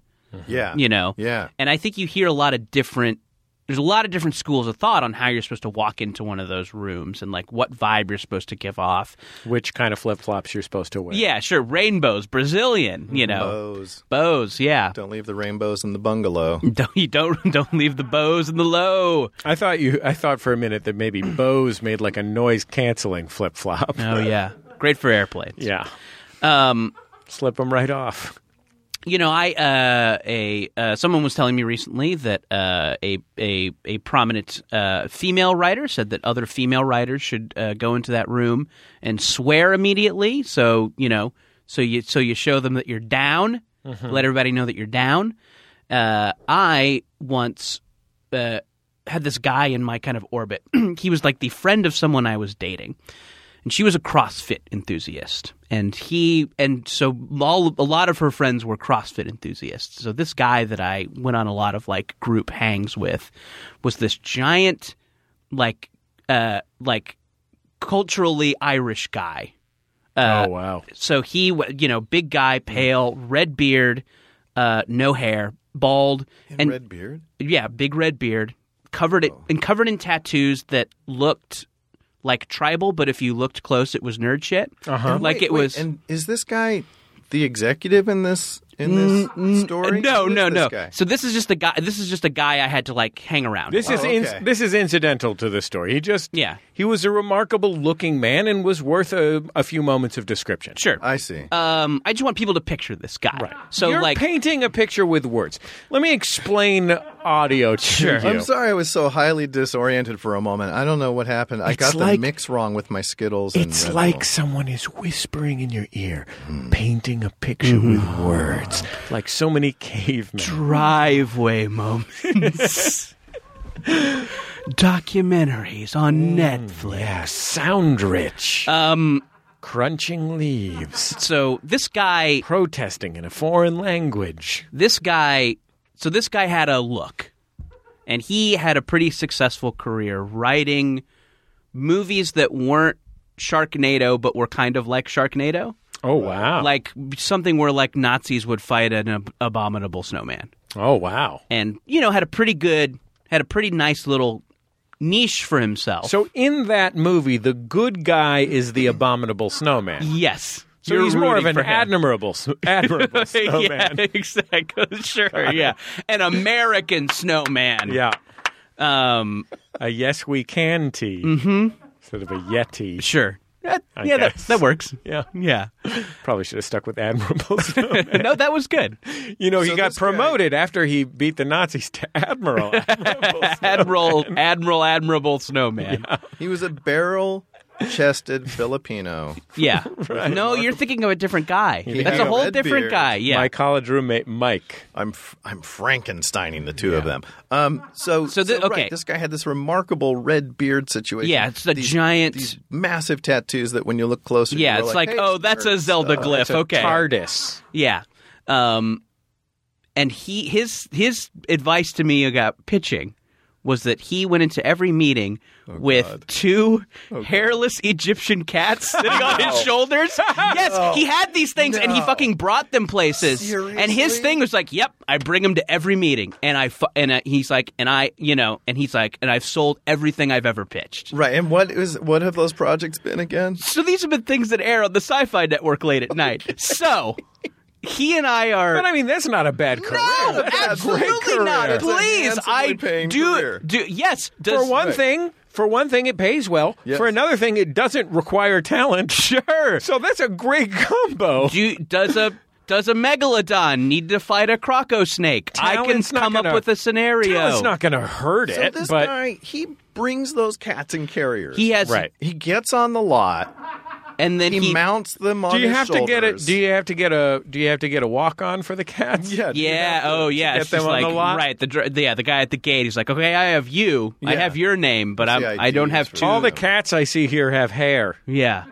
Yeah,
You know,
Yeah.
And I think you hear a lot of different. There's a lot of different schools of thought on how you're supposed to walk into one of those rooms and like what vibe you're supposed to give off.
Which kind of flip flops you're supposed to wear?
Yeah, sure, rainbows, Brazilian, you know,
Bows.
bows, yeah.
Don't leave the rainbows in the bungalow.
Don't you don't don't leave the bows and the low.
I thought you. I thought for a minute that maybe Bose made like a noise canceling flip flop.
Oh yeah, great for airplanes.
Yeah,
Um,
slip them right off.
you know, I uh, a uh, someone was telling me recently that uh, a a a prominent uh, female writer said that other female writers should uh, go into that room and swear immediately. So you know, so you so you show them that you're down. Let everybody know that you're down. Uh, I once uh, had this guy in my kind of orbit. he was like the friend of someone I was dating. and she was a CrossFit enthusiast. And he and so all, a lot of her friends were CrossFit enthusiasts. So this guy that I went on a lot of like group hangs with was this giant, like, uh, like culturally Irish guy.
oh wow!
So he, w- you know, big guy, pale, red beard, uh, no hair, bald,
And, red beard.
yeah, big red beard, covered it
Oh.
and covered in tattoos that looked like tribal, but if you looked close, it was nerd shit. Uh-huh. Like
Wait,
it
wait,
was.
And is this guy the executive in this in this story?
Mm, no,
Who is
no,
this
no.
guy?
So this is just a guy. This is just a guy I had to like hang around.
This
Wow,
is in,
Oh, okay.
this is incidental to the story. He just
Yeah.
He was a remarkable looking man and was worth a, a few moments of description.
sure.
I see.
um, I just want people to picture this guy. Right. So
You're
like,
painting a picture with words. Let me explain audio to
Sure.
you.
I'm sorry I was so highly disoriented for a moment. I don't know what happened. I got
like-
the mix wrong with my Skittles. and
It's
Red
like
Bull.
someone is whispering in your ear,
Hmm.
painting a picture with words, like so many cavemen.
driveway moments. Documentaries
Mm.
on Netflix.
Hmm. Yeah, sound rich,
Um,
crunching leaves,
so this guy
protesting in a foreign language.
this guy so this guy had a look and he had a pretty successful career writing movies that weren't sharknado but were kind of like sharknado
Oh wow!
like something where like nazis would fight an ab- abominable snowman
oh wow!
and you know had a pretty good had a pretty nice little niche for himself
Oh. So in that movie, the good guy is the abominable snowman.
yes
So
You're
he's more of
rooting
an
for him.
admirable, s- admirable
yeah,
snowman.
exactly. Sure, yeah, an American snowman.
yeah.
Um,
a yes we can tea instead of a yeti.
sure. That-
I
yeah, that,
guess.
that works.
Yeah,
Yeah.
probably should have stuck with admirable snowman.
no, that was good.
You know, he
So
got
this guy-
promoted after he beat the Nazis to admiral.
Admiral, Admiral, Admirable Snowman.
he was a barrel chested Filipino.
Yeah. No, you're thinking of a different guy. That's
thinking
a
of
whole
Ed
different
Beard.
guy. Yeah.
My college roommate Mike.
I'm f- I'm Frankensteining the two of them. Um, so
So thi-
right,
okay.
this guy had this remarkable red beard situation.
yeah, it's the
These-
giant.
these massive tattoos that when you look closer,
yeah,
you're
it's like,
"Hey,
oh, that's a
nerds."
Zelda glyph.
It's a
okay.
TARDIS.
Yeah. Um, and he his his advice to me about pitching was that he went into every meeting with two hairless Egyptian cats sitting on his shoulders. Yes, he had these things and he fucking brought them places. And his
Seriously?
thing was like, "Yep, I bring them to every meeting." And I fu- and uh, he's like, and I, you know, and he's like, and I've sold everything I've ever pitched.
Right, and what is what have those projects been again?
So these have been things that air on the Sci-Fi Network late at night. So he and I are.
But I mean, that's not a bad career.
No,
That's a great
absolutely not.
career.
That's a
Please,
handsomely
I
paying
do,
career.
do. Yes, does,
For one thing, for one thing, it pays well.
Yes.
For another thing, it doesn't require talent. Sure. So that's a great combo.
do does a does a megalodon need to fight a croco snake? I can
Talent's not
come up
gonna-
with a scenario.
Talent's not going to hurt
So
it,
this
but
guy he brings those cats and carriers.
he has
Right.
he gets on the lot,
and then
he,
he,
mounts them on.
do you
his
have to get a
shoulders.
do you have to get a do you have to get a walk on for the cats?
Yeah, do you
Yeah.
have to-
Oh, yeah.
get
It's
them
just
on
like
the lot?
right. The dr- yeah. The guy at the gate. He's like, okay, I have you. I
Yeah.
have your name, but
What's
I'm,
the
I don't
ideas
have
for
two.
All the
Yeah.
cats I see here have hair.
yeah.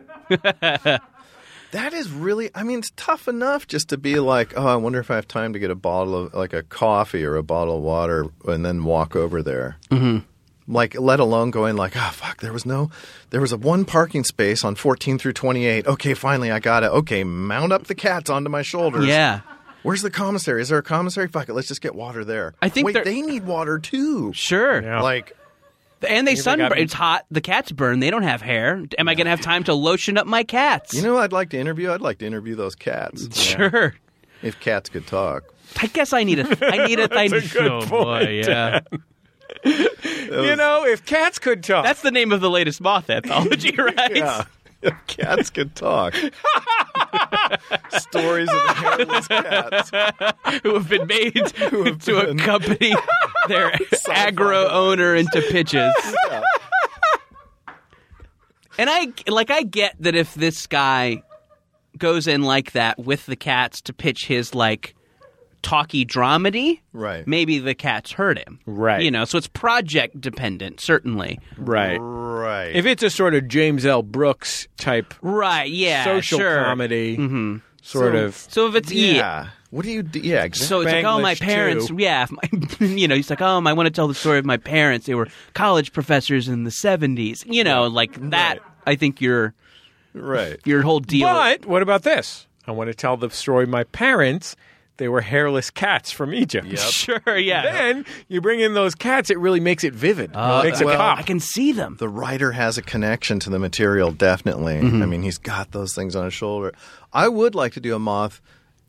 That is really, I mean, it's tough enough just to be like, oh, I wonder if I have time to get a bottle of, like a coffee or a bottle of water and then walk over there. Mm-hmm. Like, let alone going like, oh, fuck, there was no, there was a one parking space on 14 through 28. Okay, finally, I got it. Okay, mount up the cats onto my shoulders.
Yeah.
Where's the commissary? Is there a commissary? Fuck it, let's just get water there.
I think
Wait,
there-
they need water too.
Sure.
Yeah.
Like,
And they
think I'd
sunburn.
be-
It's hot. The cats burn. They don't have hair. Am I going to have time to lotion up my cats?
you know, who I'd like to interview. I'd like to interview those cats
Sure.
if cats could talk.
I guess I need a. I need a. That's I,
good
oh
point,
boy, yeah.
You know, if cats could talk,
That's the name of the latest moth anthology, right?
Yeah. Cats can talk. Stories of hairless cats.
Who have been made
have
to
been-
accompany their aggro owner into pitches. And I like I get that if this guy goes in like that with the cats to pitch his like talky dramedy,
Right.
Maybe the cats hurt him,
Right.
You know, so it's project dependent, certainly,
right.
Right.
If it's a sort of James L. Brooks type
right? Yeah,
social
sure.
comedy, sort
Mm-hmm. So-
of.
So if it's E,
yeah.
yeah.
What do you do? Yeah, exactly.
So it's like, oh, my
Spanglish,
parents.
too.
Yeah, if my, you know, he's like, oh, I want to tell the story of my parents. They were college professors in the seventies. You know, like that. I think your
right.
your whole deal.
But what about this? I want to tell the story. of My parents, they were hairless cats from Egypt.
sure, yeah.
Then you bring in those cats; it really makes it vivid.
Uh,
makes it
well,
pop.
I can see them.
The writer has a connection to the material, definitely. I mean, he's got those things on his shoulder. I would like to do a moth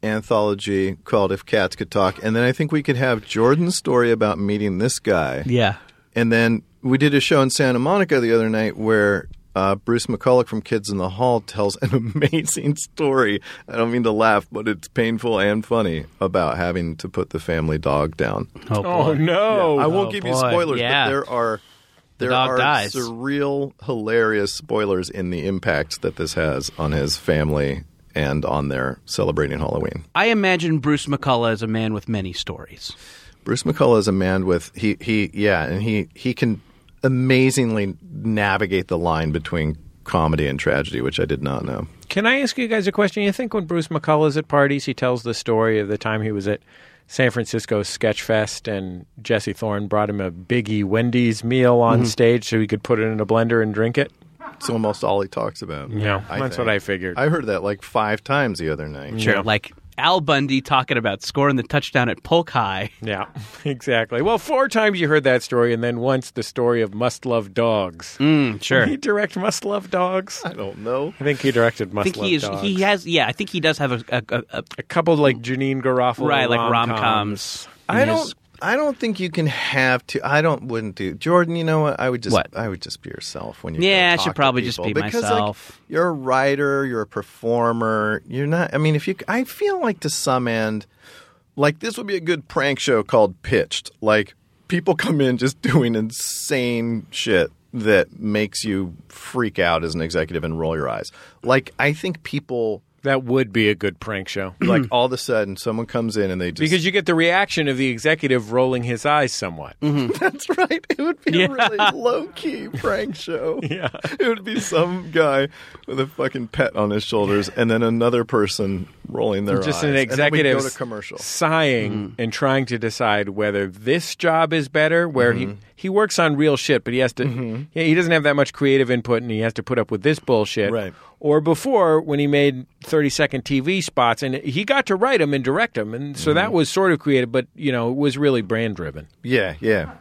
anthology called If Cats Could Talk, and then I think we could have Jordan's story about meeting this guy.
Yeah.
And then we did a show in Santa Monica the other night where uh, Bruce McCulloch from Kids in the Hall tells an amazing story. I don't mean to laugh, but it's painful and funny about having to put the family dog down.
Oh,
oh no!
I won't
Oh,
give
boy.
you spoilers,
Yeah.
but there are there
dog
are
dies.
surreal, hilarious spoilers in the impact that this has on his family and on their celebrating Halloween.
I imagine Bruce McCullough as a man with many stories.
Bruce McCullough is a man with he he yeah, and he he can amazingly navigate the line between comedy and tragedy, which I did not know.
Can I ask you guys a question? You think when Bruce McCullough's at parties, he tells the story of the time he was at San Francisco Sketch Fest and Jesse Thorne brought him a Biggie Wendy's meal on
Mm-hmm.
stage so he could put it in a blender and drink it?
It's almost all he talks about.
Yeah, that's
think.
what I figured.
I heard that like five times the other night.
Sure.
Yeah.
Like Al Bundy talking about scoring the touchdown at Polk High.
yeah, exactly. Well, four times you heard that story, and then once the story of Must Love Dogs.
sure.
Did he direct Must Love Dogs?
Mm. I don't know.
I think he directed Must
I think
Love
he is.
Dogs.
He has. Yeah, I think he does have a, a, a, a
a couple like Janine Garofalo,
right, like rom
rom-coms.
coms.
I don't. I don't think you can have to. I don't. Wouldn't do Jordan. You know what? I would just.
What?
I would just be yourself when you.
Yeah,
go
I
talk
should
to
probably just
people.
be
because,
myself.
Like, you're a writer. You're a performer. You're not. I mean, if you. I feel like to some end, like this would be a good prank show called Pitched. Like people come in just doing insane shit that makes you freak out as an executive and roll your eyes. Like I think people
That would be a good prank show.
like all of a sudden someone comes in and they just
Because you get the reaction of the executive rolling his eyes somewhat.
Mm-hmm. that's right. It would be a really low key prank show. yeah. It would be some guy with a fucking pet on his shoulders and then another person rolling their
Just
eyes.
an
And then
executive
we go to commercial. Mm-hmm.
sighing and trying to decide whether this job is better, where
Mm-hmm.
he, he works on real shit, but he has to, yeah, he doesn't have that much creative input and he has to put up with this bullshit.
Right.
Or before when he made 30 second TV spots and he got to write them and direct them. And so
Mm-hmm.
that was sort of creative, but, you know, it was really brand driven.
Yeah, yeah.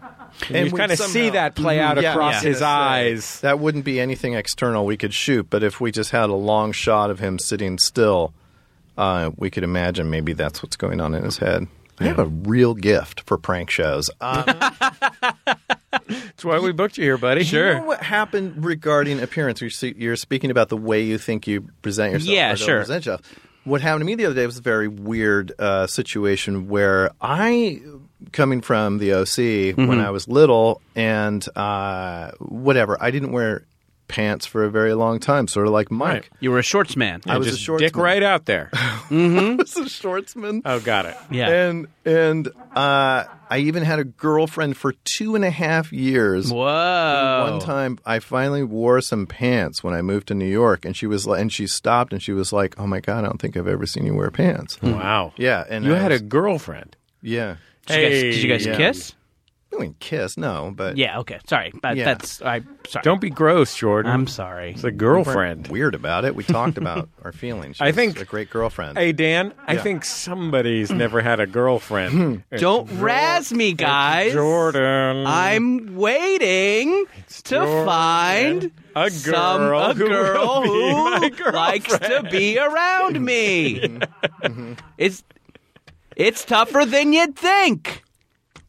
And you
we
kind of see
somehow- Mm-hmm.
that play out
Yeah,
across
yeah.
his eyes.
That wouldn't be anything external we could shoot, but if we just had a long shot of him sitting still, uh, we could imagine maybe that's what's going on in his head. I have a real gift for prank shows. Um,
That's why we booked you here, buddy.
You know what happened regarding appearance? You're, se- you're speaking about the way you think you present yourself.
Yeah,
or don't
sure.
Present yourself. What happened to me the other day was a very weird uh, situation where I, coming from the OC when I was little, and uh, whatever, I didn't wear pants for a very long time, sort of like Mike.
You were a shorts man.
I was a
Just
shortsman.
dick right out there.
I was a shortsman.
Oh, got it.
yeah.
And and uh, I even had a girlfriend for two and a half years.
Whoa.
Oh.
One time, I finally wore some pants when I moved to New York, and she was li- and she stopped and she was like, "Oh my god, I don't think I've ever seen you wear pants."
Wow.
Yeah, and
Hmm. You
I
had a
was-
girlfriend.
yeah.
Did you guys, did you guys
yeah.
kiss?
I mean, kiss, no, but
Yeah. Okay. Sorry. But
Yeah.
That's I. Sorry.
Don't be gross, Jordan.
I'm sorry.
It's a
we weren't
girlfriend.
weird about it. We talked about our feelings. She
I
was
think-
a great girlfriend.
Hey, Dan, I think somebody's never had a girlfriend.
Hmm.
It's
Don't razz me, guys.
Jordan.
I'm waiting to
Jordan.
find
A
some
girl
a
who will
girl
be my
who
girlfriend.
likes to be around me. it's it's tougher than you'd think.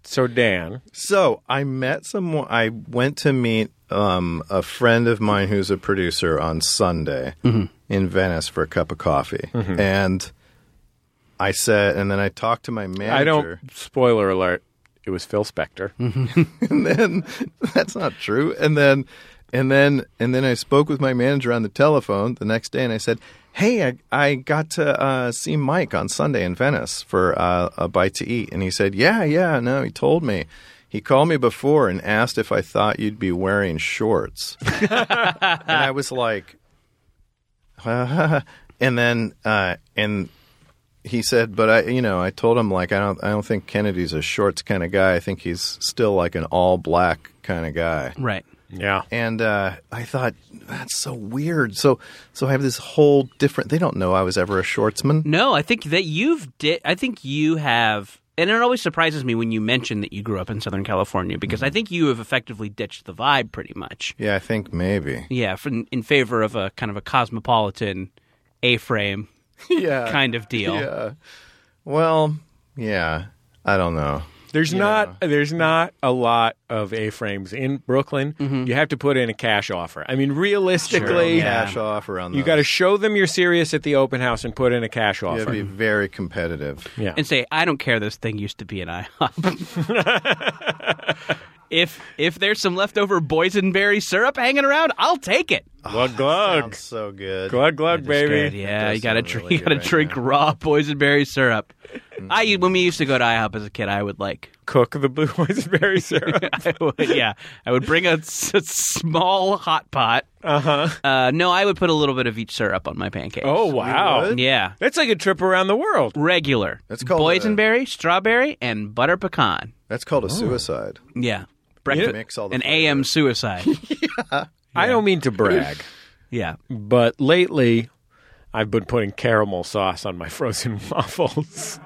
So, Dan,
So I met someone. I went to meet um, a friend of mine who's a producer on Sunday
Mm-hmm.
in Venice for a cup of coffee, and I said, and then I talked to my manager.
I don't. Spoiler alert. It was Phil Spector.
Hmm.
and then that's not true. And then and then and then I spoke with my manager on the telephone the next day, and I said, "Hey, I, I got to uh, see Mike on Sunday in Venice for uh, a bite to eat," and he said, "Yeah, yeah, no." He told me. He called me before and asked if I thought you'd be wearing shorts, and I was like, and then uh, and he said, but I, you know, I told him like I don't, I don't think Kennedy's a shorts kind of guy. I think he's still like an all black kind of guy.
Right.
Yeah.
And uh, I thought that's so weird. So, so I have this whole different. They don't know I was ever a shortsman.
No, I think that you've did. I think you have, and it always surprises me when you mention that you grew up in Southern California because
Mm-hmm.
I think you have effectively ditched the vibe pretty much.
Yeah, I think maybe.
Yeah, for, in favor of a kind of a cosmopolitan A-frame
yeah,
kind of deal.
Uh, Yeah. Well, yeah. I don't know.
There's not. There's not a lot of A-frames in Brooklyn.
Mm-hmm.
You have to put in a cash offer. I mean, realistically,
Cash offer on
you got to show them you're serious at the open house and put in a cash
to
offer.
be very competitive.
yeah.
and say, "I don't care. This thing used to be an IHOP." if if there's some leftover boysenberry syrup hanging around, I'll take it.
glug glug,
Ah, Sounds so good.
glug glug, baby.
Good, yeah,
does
you gotta
sound
drink,
really
you gotta
good right Mm-hmm.
drink raw boysenberry syrup. I when we used to go to IHOP as a kid, I would like,
Cook the blue boysenberry syrup.
I would, yeah, I would bring a, s- a small hot pot. Uh-huh. No, I would put a little bit of each syrup on my pancakes.
oh wow.
would?
yeah,
That's like a trip around the world.
regular.
That's called, uh,
boysenberry, strawberry, and butter pecan.
That's called a suicide.
Yeah.
You
Breakfast.
mix all the
an AM suicide.
I don't mean to brag,
yeah.
but lately I've been putting caramel sauce on my frozen waffles.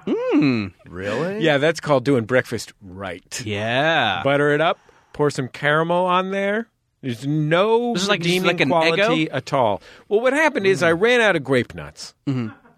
Really?
yeah, that's called doing breakfast right.
Yeah.
Butter it up, pour some caramel on there. There's no
is like- just
redeeming
like an Mm.
quality at all. Well, what happened is I ran out of grape nuts.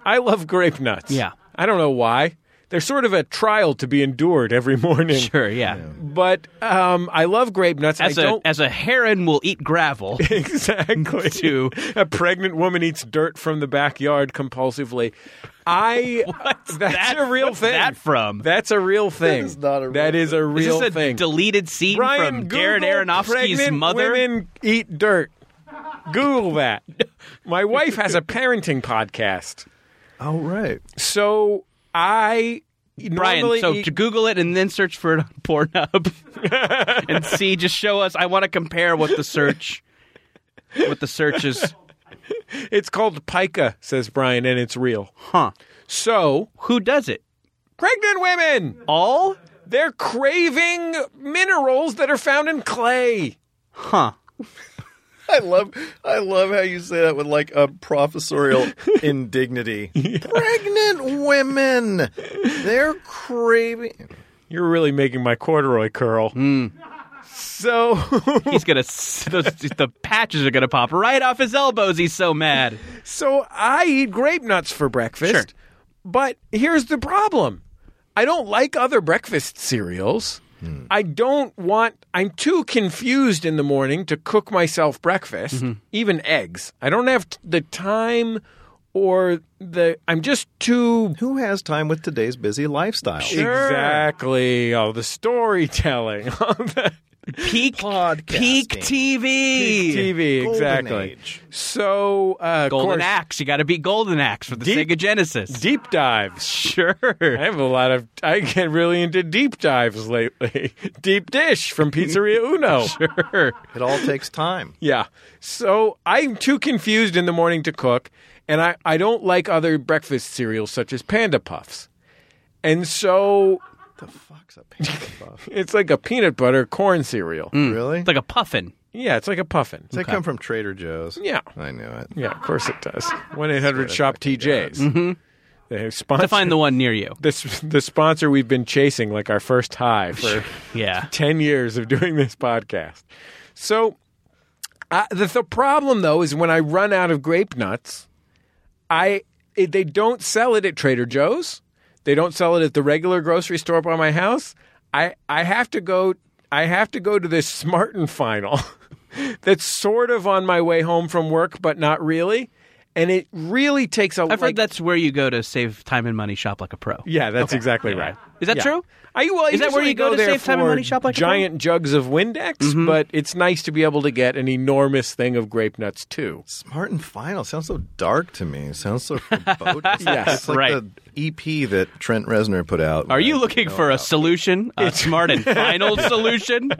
I love grape nuts.
Mm-hmm. Yeah.
I don't know why. they're sort of a trial to be endured every morning.
Sure, yeah.
But um, I love grape nuts.
As
I
a
don't
as a heron will eat gravel.
exactly
to-
a pregnant woman eats dirt from the backyard compulsively. I
What's
that's
that-
a real
what's
thing.
that from?
That's a real thing.
is not a real
That is a
Is
real
this a
thing.
deleted scene
Brian,
from Garrett
Google
Aronofsky's
pregnant
mother?
Women eat dirt. Google that. My wife has a parenting podcast,
Oh, right.
so I
Brian,
normally
so
eat-
to Google it and then search for it on Pornhub and see. Just show us. I want to compare what the search, what the search is.
it's called pica, says Brian, and it's real.
Huh?
So
Who does it?
pregnant women,
All?
they're craving minerals that are found in clay.
Huh?
I love I love how you say that with like a professorial indignity. Pregnant women. They're craving
You're really making my corduroy curl. So,
He's gonna. s- Those, the patches are gonna pop right off his elbows. He's so mad.
so I eat grape nuts for breakfast.
Sure.
But here's the problem. I don't like other breakfast cereals. I don't want I'm too confused in the morning to cook myself breakfast, even eggs. I don't have t- the time or the I'm just too
Who has time with today's busy lifestyle?
Exactly. Oh, the storytelling. All the
Peak.
Podcasting.
Peak TV.
TV,
Golden
exactly.
age.
So, uh, of
Golden
course,
Axe. You got to beat Golden Axe for the
Deep-
Sega Genesis.
deep dives. I
Sure.
have a lot of. I get really into deep dives lately. Deep dish from Pizzeria Uno.
Sure.
It all takes time.
Yeah. So I'm too confused in the morning to cook, and I, I don't like other breakfast cereals such as Panda Puffs. And so
the fuck's a panda puff?
it's like a peanut butter corn cereal.
Really?
It's like a puffin.
Yeah, it's like a puffin.
Does that come from Trader Joe's?
Yeah.
I knew it.
Yeah, of course it does. 1 800 Shop TJs. They sponsor,
Mm-hmm. To find the one near you.
this, the sponsor we've been chasing like our first high for
Yeah.
10 years of doing this podcast. So I the, the problem, though, is when I run out of grape nuts, I it, they don't sell it at Trader Joe's. They don't sell it at the regular grocery store by my house. I, I have to go I have to go to this Smart and Final that's sort of on my way home from work, but not really. And it really takes a
I've
like,
heard that's where you go to save time and money, shop like a pro.
yeah, that's exactly right.
Is that
Yeah.
true?
I, well, I
Is that where
usually
you go to
there
save time and
for
money, shop like a pro?
giant jugs of Windex, but it's nice to be able to get an enormous thing of grape nuts too.
Smart and final sounds so dark to me. It sounds so foreboding.
Yes,
it's like
right.
the EP that Trent Reznor put out.
Are you looking for a solution? A smart and final solution?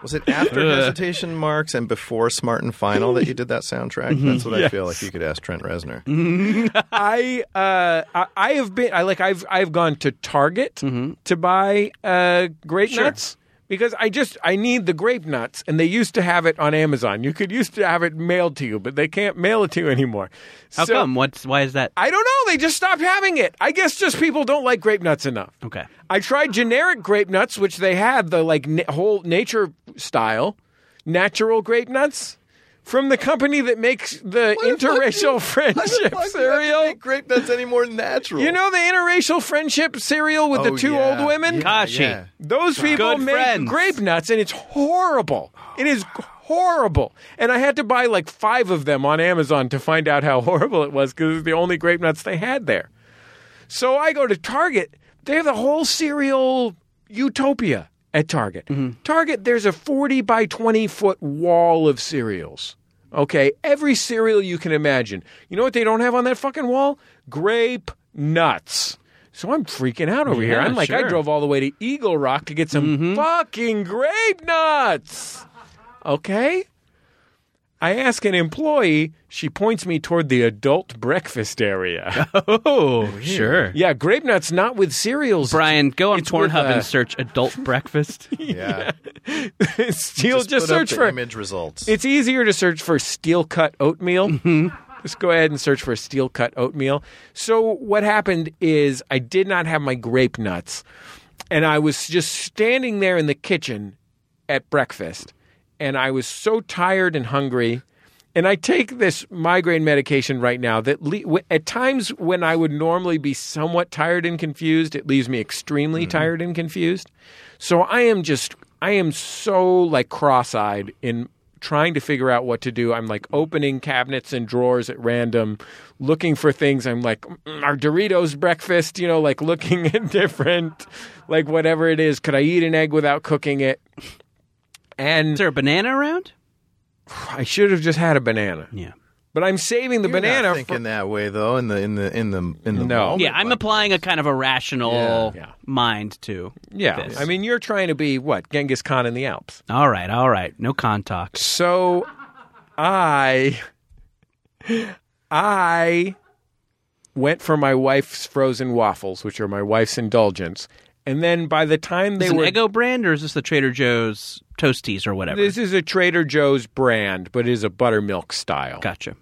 Was it after hesitation marks and before Smart and Final that you did that soundtrack? That's what I feel like you could ask Trent Reznor.
I, uh, I I have been I like I've I've gone to Target to buy uh, grape nuts because I just I need the grape nuts and they used to have it on Amazon. You could used to have it mailed to you, but they can't mail it to you anymore.
How
So-
come? What's why is that?
I don't know. They just stopped having it. I guess just people don't like grape nuts enough.
Okay.
I tried generic grape nuts, which they had the like na- whole nature style, natural grape nuts from the company that makes the interracial friendship cereal.
grape nuts any more natural.
You know the interracial friendship cereal with
Oh,
the two
yeah.
old women?
Kashi.
yeah.
Those people
Good
make
friends.
grape nuts, and it's horrible. It is horrible. And I had to buy like five of them on Amazon to find out how horrible it was because it was the only grape nuts they had there. So I go to Target. They have the whole cereal utopia at Target.
Mm-hmm.
Target, there's a 40 by 20 foot wall of cereals. Okay, every cereal you can imagine. You know what they don't have on that fucking wall? Grape nuts. So I'm freaking out over here.
Yeah,
I'm like, I
sure. Mm-hmm.
drove all the way to Eagle Rock to get some fucking grape nuts. Okay? I ask an employee, she points me toward the adult breakfast area.
Oh, sure.
Yeah, grape nuts not with cereals.
Brian, go on
It's with,
Pornhub
uh,
and search adult breakfast.
Yeah.
Steel just,
put up
search
the
for
image results.
It's easier to search for steel cut oatmeal. Just go ahead and search for steel cut oatmeal. So what happened is I did not have my grape nuts, and I was just standing there in the kitchen at breakfast, and I was so tired and hungry, And I take this migraine medication right now that le- w- at times when I would normally be somewhat tired and confused, it leaves me extremely tired and confused. So I am just, I am so like cross eyed in trying to figure out what to do. I'm like opening cabinets and drawers at random, looking for things. I'm like, "Mm, are Doritos breakfast? You know, like looking at different, like whatever it is. Could I eat an egg without cooking it? And
Is there a banana around?
I should have just had a banana.
Yeah.
But I'm saving the
You're not
banana. for-
thinking that way though. In the in the in the in the
No.
moment,
Yeah, I'm
like-
applying a kind of a rational
Yeah. Yeah.
mind to.
yeah,
this.
I mean, you're trying to be what Genghis Khan in the Alps.
All right, all right. No contact.
So, I, I went for my wife's frozen waffles, which are my wife's indulgence. And then by the time they
Is it
were,
an Eggo brand or is this the Trader Joe's Toasties or whatever?
this is a Trader Joe's brand, but it is a buttermilk style.
gotcha.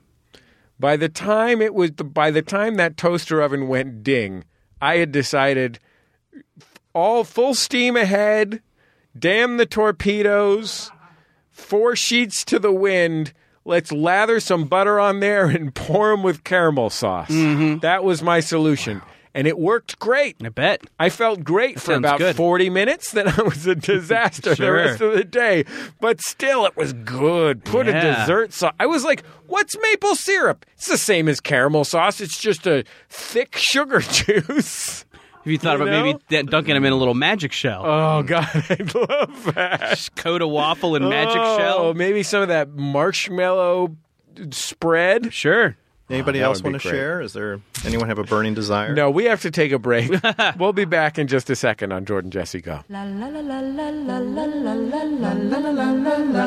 By the time it was, by the time that toaster oven went ding, I had decided all full steam ahead, damn the torpedoes, four sheets to the wind. Let's lather some butter on there and pour them with caramel sauce. That was my solution. And it worked great.
I bet.
I felt great for
sounds
about
good.
40 minutes. Then I was a disaster the
Sure.
rest of the day. But still, it was good. Put a
Yeah.
dessert sauce. I was like, what's maple syrup? It's the same as caramel sauce. It's just a thick sugar juice.
Have you thought
You
about maybe d- dunking them in a little magic shell?
Oh, God, I love that.
Just coat a waffle in magic
oh,
shell?
Maybe some of that marshmallow spread.
Sure.
Anybody
that
else
would be
want to
great.
share? Is there anyone have a burning desire?
No, we have to take a break. we'll be back in just a second on Jordan Jesse Go.
La la la la la la la la la la.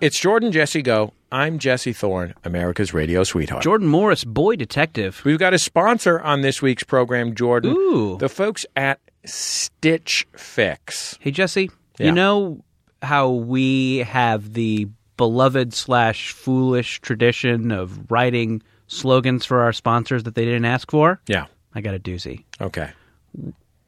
It's Jordan Jesse Go. I'm Jesse Thorne, America's radio sweetheart.
Jordan Morris, boy detective.
We've got a sponsor on this week's program, Jordan.
Ooh.
The folks at Stitch Fix.
Hey, Jesse,
Yeah.
you know how we have the beloved slash foolish tradition of writing slogans for our sponsors that they didn't ask for?
Yeah.
I got a doozy.
Okay.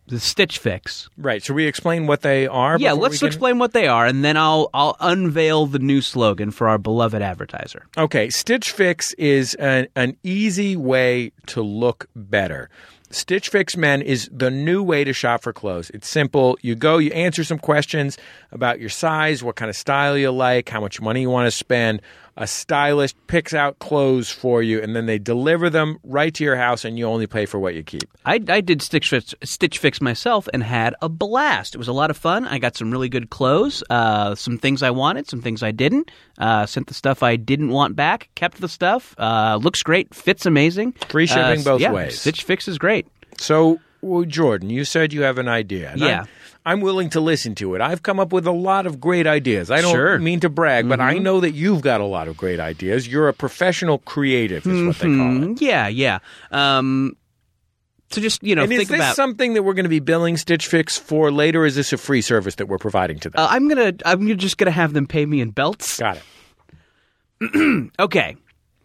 The Stitch Fix.
Right. Should we explain what they are?
yeah,
before we
let's
get-
explain what they are, and then I'll I'll unveil the new slogan for our beloved advertiser.
Okay, Stitch Fix is an, an easy way to look better. Stitch Fix Men is the new way to shop for clothes. It's simple. You go, you answer some questions about your size, what kind of style you like, how much money you want to spend. A stylist picks out clothes for you, and then they deliver them right to your house, and you only pay for what you keep.
I, I did Stitch Fix, Stitch Fix myself and had a blast. It was a lot of fun. I got some really good clothes, uh, some things I wanted, some things I didn't. Uh, sent the stuff I didn't want back, kept the stuff. Uh, looks great, fits amazing.
Free shipping
Uh,
both
yeah,
ways.
Stitch Fix is great.
So, well, Jordan, you said you have an idea. and
Yeah.
I'm, I'm willing to listen to it. I've come up with a lot of great ideas. I don't
Sure. Mm-hmm.
mean to brag, but I know that you've got a lot of great ideas. You're a professional creative, is what they call it.
Mm, yeah, yeah. Um, so just you know,
And
think
is this
about.
something that we're going to be billing Stitch Fix for later? Is this a free service that we're providing to them?
uh, I'm gonna, I'm just gonna have them pay me in belts.
got it.
Okay.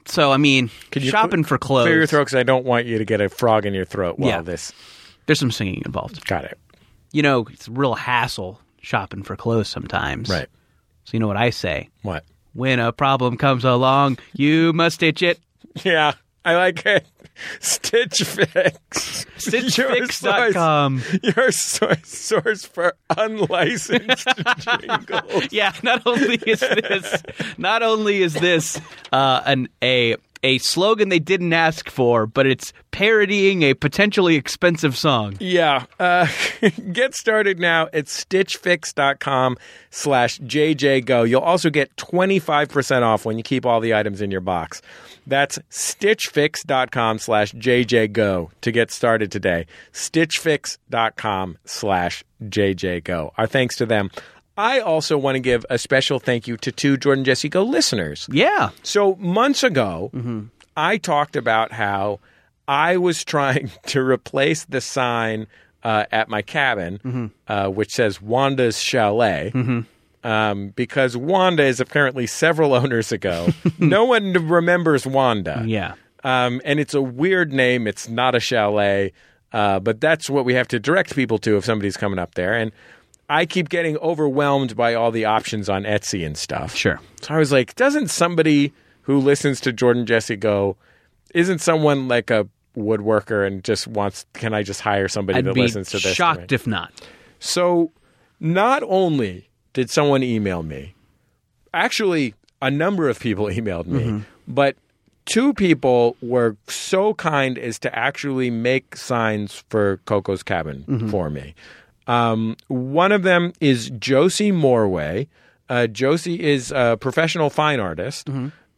So I mean,
you
shopping
cl-
for clothes.
Clear your throat because I don't want you to get a frog in your throat while
Yeah.
this.
There's some singing involved.
Got it.
you know, it's a real hassle shopping for clothes sometimes.
Right.
So you know what I say?
What?
When a problem comes along, you must stitch it.
Yeah, I like it. Stitch Fix. Your source-
Stitchfix.com.
Your source, source for unlicensed jingles.
Yeah, not only is this not only is this uh, an a a slogan they didn't ask for, but it's parodying a potentially expensive song.
Yeah. Uh, get started now at stitchfix.com slash jjgo. You'll also get 25% off when you keep all the items in your box. That's stitchfix.com slash jjgo to get started today. stitchfix.com slash jjgo. Our thanks to them. I also want to give a special thank you to two Jordan Jesse Go listeners.
Yeah.
So months ago, I talked about how I was trying to replace the sign uh, at my cabin, uh, which says Wanda's Chalet. Um, because Wanda is apparently several owners ago. no one remembers Wanda.
Yeah.
Um, and it's a weird name. It's not a chalet. Uh, but that's what we have to direct people to if somebody's coming up there. And I keep getting overwhelmed by all the options on Etsy and stuff.
Sure.
So I was like, doesn't somebody who listens to Jordan Jesse go, isn't someone like a woodworker and just wants, can I just hire somebody
I'd
that
be
listens to this? to me?"
shocked if not.
So not only did someone email me, actually, a number of people emailed me, but two people were so kind as to actually make signs for Coco's Cabin for me. Um, one of them is Josie Morway. Uh, Josie is a professional fine artist.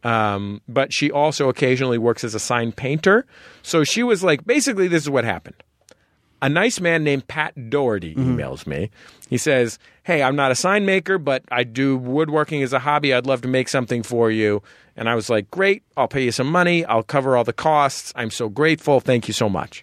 Um, but she also occasionally works as a sign painter. So she was like, basically, this is what happened a nice man named Pat Doherty emails me. He says, Hey, I'm not a sign maker, but I do woodworking as a hobby. I'd love to make something for you. And I was like, Great. I'll pay you some money. I'll cover all the costs. I'm so grateful. Thank you so much.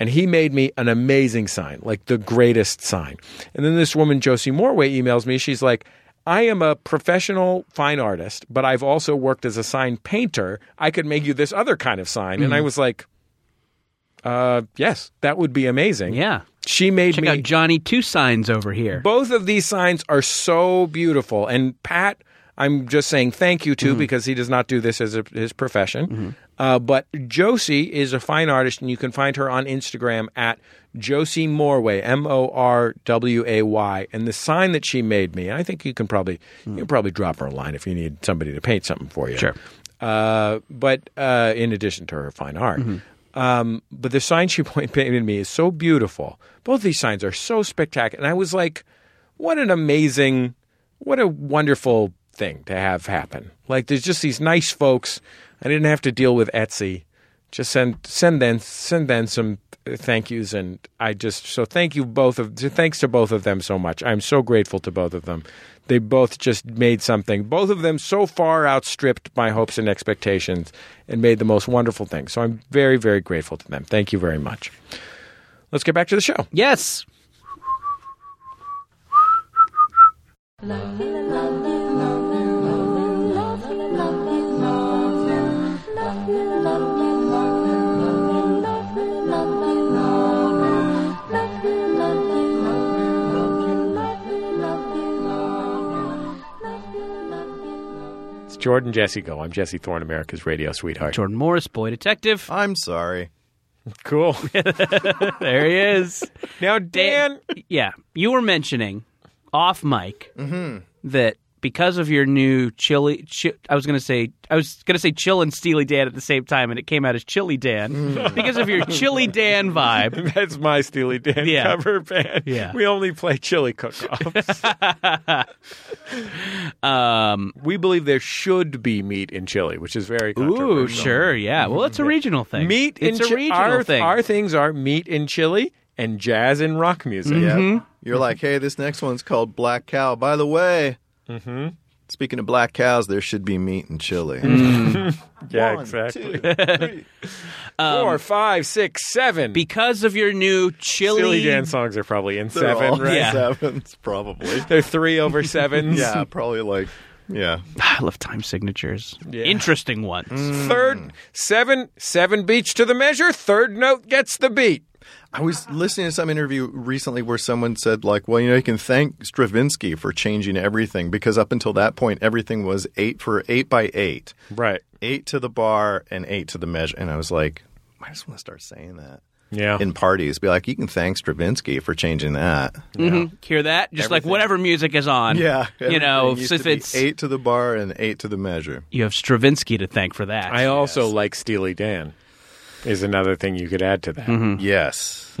And he made me an amazing sign, like the greatest sign. And then this woman, Josie Morway, emails me. She's like, I am a professional fine artist, but I've also worked as a sign painter. I could make you this other kind of sign. And I was like, uh, yes, that would be amazing.
Yeah.
She made
Check
me.
out Johnny Two Signs over here.
both of these signs are so beautiful. And Pat, I'm just saying thank you to because he does not do this as a, his profession. Uh, but Josie is a fine artist, and you can find her on Instagram at Josie Morway, M O R W A Y. And the sign that she made me, I think you can probably you can probably drop her a line if you need somebody to paint something for you.
Sure.
Uh, but uh, in addition to her fine art. Um, but the sign she point painted me is so beautiful. Both these signs are so spectacular. And I was like, what an amazing, what a wonderful thing to have happen. Like there's just these nice folks. I didn't have to deal with Etsy. Just send send them send them some uh, thank yous and I just so thank you both of thanks to both of them so much. I'm so grateful to both of them. They both just made something. Both of them so far outstripped my hopes and expectations and made the most wonderful thing. So I'm very very grateful to them. Thank you very much. Let's get back to the show.
Yes.
It's Jordan Jesse Go. I'm Jesse Thorne, America's radio sweetheart.
Jordan Morris, boy detective.
I'm sorry.
Cool.
There he is.
now Dan,
yeah, you were mentioning off mic
Mm-hmm.
that because of your new chili, chi- I was gonna say I was gonna say chill and Steely Dan at the same time, and it came out as Chili Dan
Mm.
because of your Chili Dan vibe.
That's my Steely Dan
Yeah.
cover band.
Yeah.
We only play chili cook-offs.
Um,
we believe there should be meat in chili, which is very controversial.
ooh, sure, yeah. Well, it's a regional thing.
Meat
it's
in
a
chi-
regional
our,
thing.
Our things are meat in chili and jazz and rock music.
Yeah. You're like, hey, this next one's called Black Cow. By the way, speaking of black cows, there should be meat in Chile.
Mm. Yeah,
One,
exactly.
two, three.
Four, five, six, seven.
because of your new chili,
Steely Dan songs are probably in
They're
seven,
all
right?
Yeah.
Sevens, probably.
They're three over sevens.
Yeah, probably like, yeah.
I love time signatures.
Yeah. Mm.
Interesting ones.
Third, seven, seven beats to the measure. Third note gets the beat.
I was listening to some interview recently where someone said, like, well, you know, you can thank Stravinsky for changing everything because up until that point, everything was eight for eight by eight,
Right.
eight to the bar and eight to the measure. And I was like, I just want to start saying that
Yeah.
in parties. Be like, you can thank Stravinsky for changing that.
Mhm. Hear that? Just like
Everything.
whatever music is on. you know,
everything used
if
to be
it's
eight to the bar and eight to the measure.
you have Stravinsky to thank for that.
I also like Steely Dan. Is another thing you could add to that.
Mm-hmm.
Yes,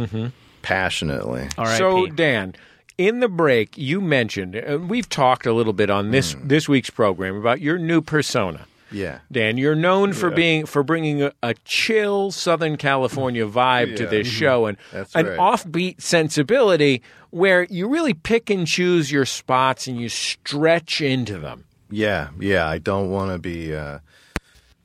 passionately.
All right.
So Dan, in the break you mentioned and we've talked a little bit on this
Hmm.
this week's program about your new persona.
Yeah.
Dan, you're known for being for bringing a, a chill Southern California vibe to
Yeah. mm-hmm.
this show and
That's
an
right.
offbeat sensibility where you really pick and choose your spots and you stretch into them.
Yeah, yeah. I don't want to be uh,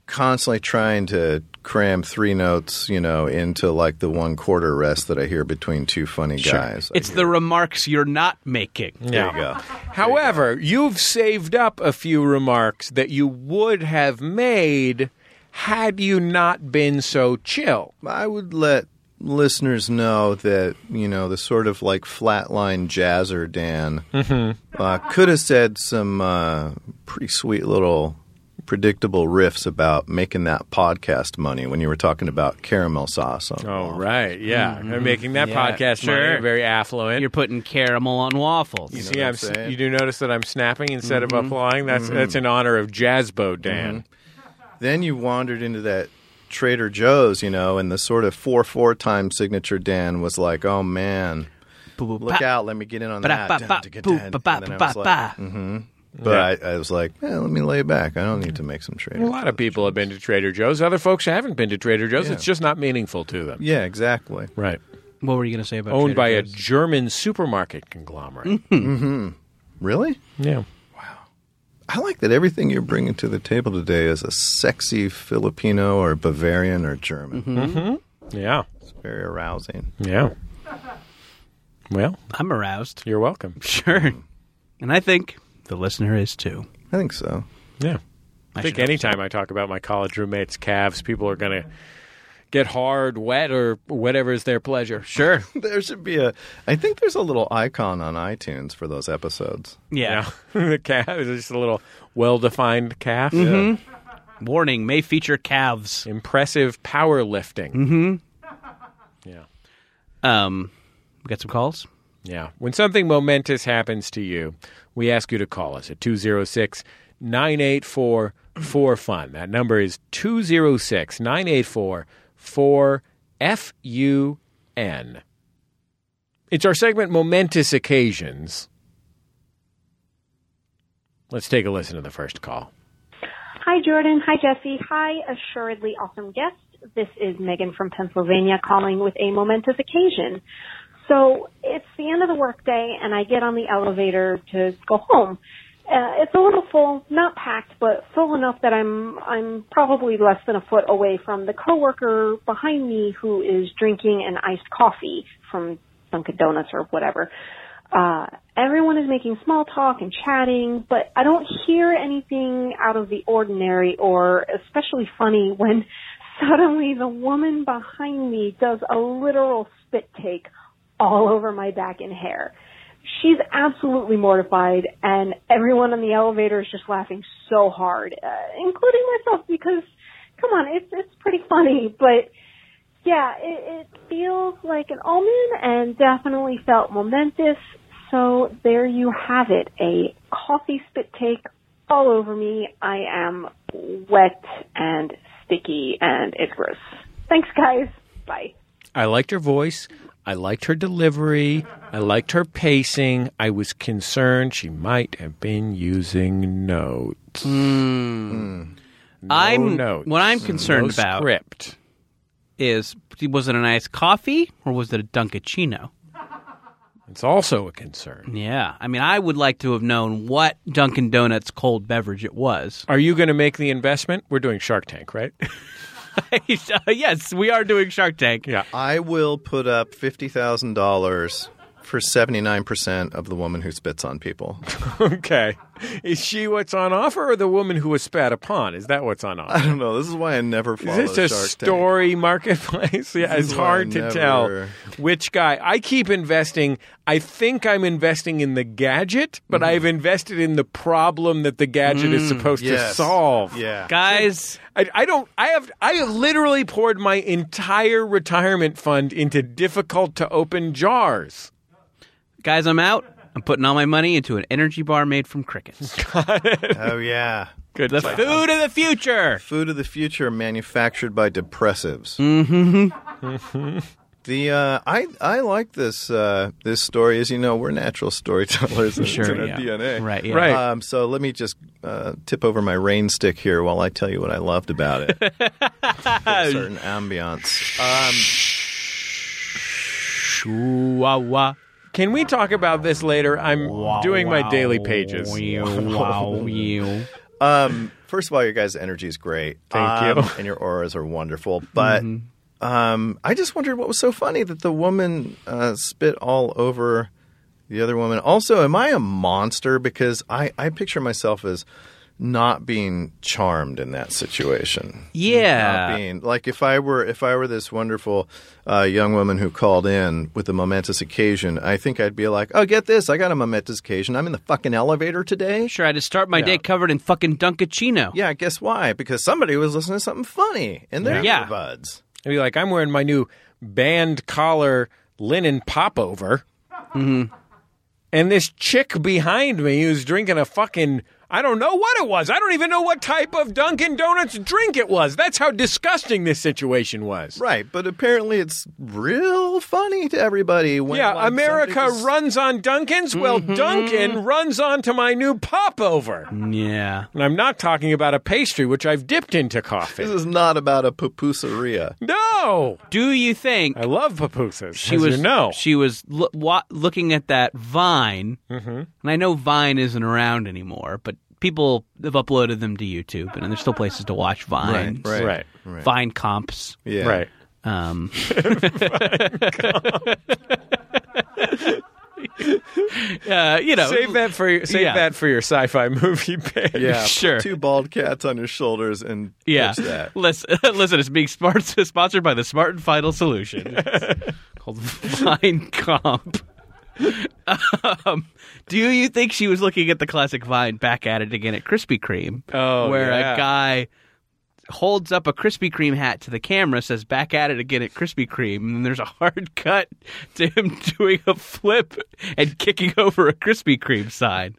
constantly trying to cram three notes, you know, into like the one quarter rest that I hear between two funny guys.
It's the remarks you're not making.
there you go.
However, you've saved up a few remarks that you would have made had you not been so chill.
I would let listeners know that you know the sort of like flatline jazzer Dan uh, could have said some uh, pretty sweet little predictable riffs about making that podcast money when you were talking about caramel sauce. on-
Oh right, yeah. They're making that
Yeah,
podcast
sure.
money, very affluent.
You're putting caramel on waffles.
you
know
see,
what
I'm,
I'm saying?
s- you do notice that I'm snapping instead of applying. That's that's in honor of Jazzbo Dan.
Then you wandered into that Trader Joe's, you know, and the sort of four four time signature Dan was like, "Oh man, look out! Let me get in on that." Dun, dun, dun, dun. And then I was like- "Mm-hmm." But I, I was like, eh, "Let me lay back. I don't need to make some
A
Trader."
lot of people have been to Trader Joe's. Other folks haven't been to Trader Joe's. It's just not meaningful to them.
Yeah, exactly.
Right.
What were you going to say about
Owned
Trader
by
Joe's?
a German supermarket conglomerate.
Really?
yeah.
I like that everything you're bringing to the table today is a sexy Filipino or Bavarian or German.
Yeah.
It's very arousing.
Yeah. Well,
I'm aroused.
you're welcome.
Sure. And I think the listener is too.
I think so.
Yeah. I, think
should hope
anytime I talk about my college roommates' calves, people are going to get hard, wet, or whatever is their pleasure. Sure.
There should be a. I think there's a little icon on iTunes for those episodes.
Yeah. the calf is just a little well defined calf.
Warning may feature calves.
Impressive power lifting. Mm-hmm. Yeah.
Um, we got some calls.
Yeah. When something momentous happens to you, we ask you to call us at 206 984 4FUN. That number is 206 984 4FUN. It's our segment Momentous Occasions. Let's take a listen to the first call.
Hi, Jordan. Hi, Jesse. Hi, assuredly awesome guest. This is Megan from Pennsylvania calling with a momentous occasion. So it's the end of the workday, and I get on the elevator to go home. Uh, it's a little full, not packed, but full enough that I'm I'm probably less than a foot away from the coworker behind me who is drinking an iced coffee from Dunkin' Donuts or whatever uh, everyone is making small talk and chatting, but I don't hear anything out of the ordinary or especially funny when suddenly the woman behind me does a literal spit take all over my back and hair. She's absolutely mortified and everyone on the elevator is just laughing so hard, uh, including myself because come on, it's, it's pretty funny, but yeah, it, it feels like an omen and definitely felt momentous. So there you have it. A coffee spit take all over me. I am wet and sticky and it's gross. Thanks guys. Bye.
I liked her voice. I liked her delivery. I liked her pacing. I was concerned she might have been using notes.
Mm-hmm. I'm
notes.
what I'm concerned
No
about
script.
is was it an iced coffee or was it a Dunkachino?
It's also a concern.
Yeah, I mean, I would like to have known what Dunkin' Donuts cold beverage it was.
Are you going to make the investment? We're doing Shark Tank, right?
yes, we are doing Shark Tank.
Yeah.
I will put up fifty thousand dollars for seventy nine percent of the woman who spits on people.
okay. Is she what's on offer, or the woman who was spat upon? Is that what's on
I
offer?
don't know. This is why I never follow
Is this a
Shark Tank.
story marketplace? yeah,
This
it's
is why I
hard to
never-
tell which guy. I keep investing. I think I'm investing in the gadget, but
Mm-hmm.
I've invested in the problem that the gadget is supposed to
Mm, Yes.
solve.
Yeah.
Guys,
I, I don't. I have. I have literally poured my entire retirement fund into difficult to open jars.
guys, I'm out. I'm putting all my money into an energy bar made from crickets.
Oh yeah.
Good.
the food of the future.
Food of the future manufactured by depressives. Mm-hmm.
Mm-hmm.
the uh, I I like this uh, this story. As you know, we're natural storytellers. and it's in our
yeah.
DNA.
Right, yeah.
Right.
Um, so let me just uh, tip over my rain stick here while I tell you what I loved about it. Get a certain ambiance.
Chihuahua.
Can we talk about this later? I'm doing my daily pages.
Wow, you.
Um, first of all, your guys' energy is great.
Thank you. Mm-hmm.
Um, And your auras are wonderful. But um, I just wondered what was so funny that the woman uh, spit all over the other woman. Also, am I a monster? Because I, I picture myself as not being charmed in that situation. Not
Yeah.
being like if I were if I were this wonderful uh, young woman who called in with a momentous occasion, I think I'd be like, "Oh, get this! I got a momentous occasion. I'm in the fucking elevator today."
Sure, I had to start my day covered in fucking Dunkachino.
Yeah, guess why? Because somebody was listening to something funny in their
Yeah.
earbuds.
I'd be like, I'm wearing my new band collar linen popover.
Mm-hmm.
And this chick behind me who's drinking a fucking, I don't know what it was. I don't even know what type of Dunkin' Donuts drink it was. That's how disgusting this situation was.
Right, but apparently it's real funny to everybody. When,
Yeah,
like,
America
somebody just- Mm-hmm.
runs on Dunkin's. Well, Dunkin' runs onto my new popover.
Yeah.
And I'm not talking about a pastry, which I've dipped into
This
coffee.
is not about a pupusaria.
No!
Do you think
I love pupusas.
she
as
was
you know.
she was lo- wa- looking at that Vine?
Mm-hmm.
And I know Vine isn't around anymore, but people have uploaded them to YouTube, and there's still places to watch Vine,
Right.
Right.
Vine comps.
Yeah.
Right.
Um, uh, you know,
Save that for save
Yeah.
that for your sci-fi movie page.
Yeah. put
Sure.
Two bald cats on your shoulders and
Yeah.
pitch that.
Listen, listen, it's being smart, sponsored by the Smart and Final Solution It's called Vine Comp. um, do you think she was looking at the classic Vine back at it again at Krispy Kreme?
Oh,
where
yeah.
a guy holds up a Krispy Kreme hat to the camera, says "back at it again at Krispy Kreme," and then there's a hard cut to him doing a flip and kicking over a Krispy Kreme sign.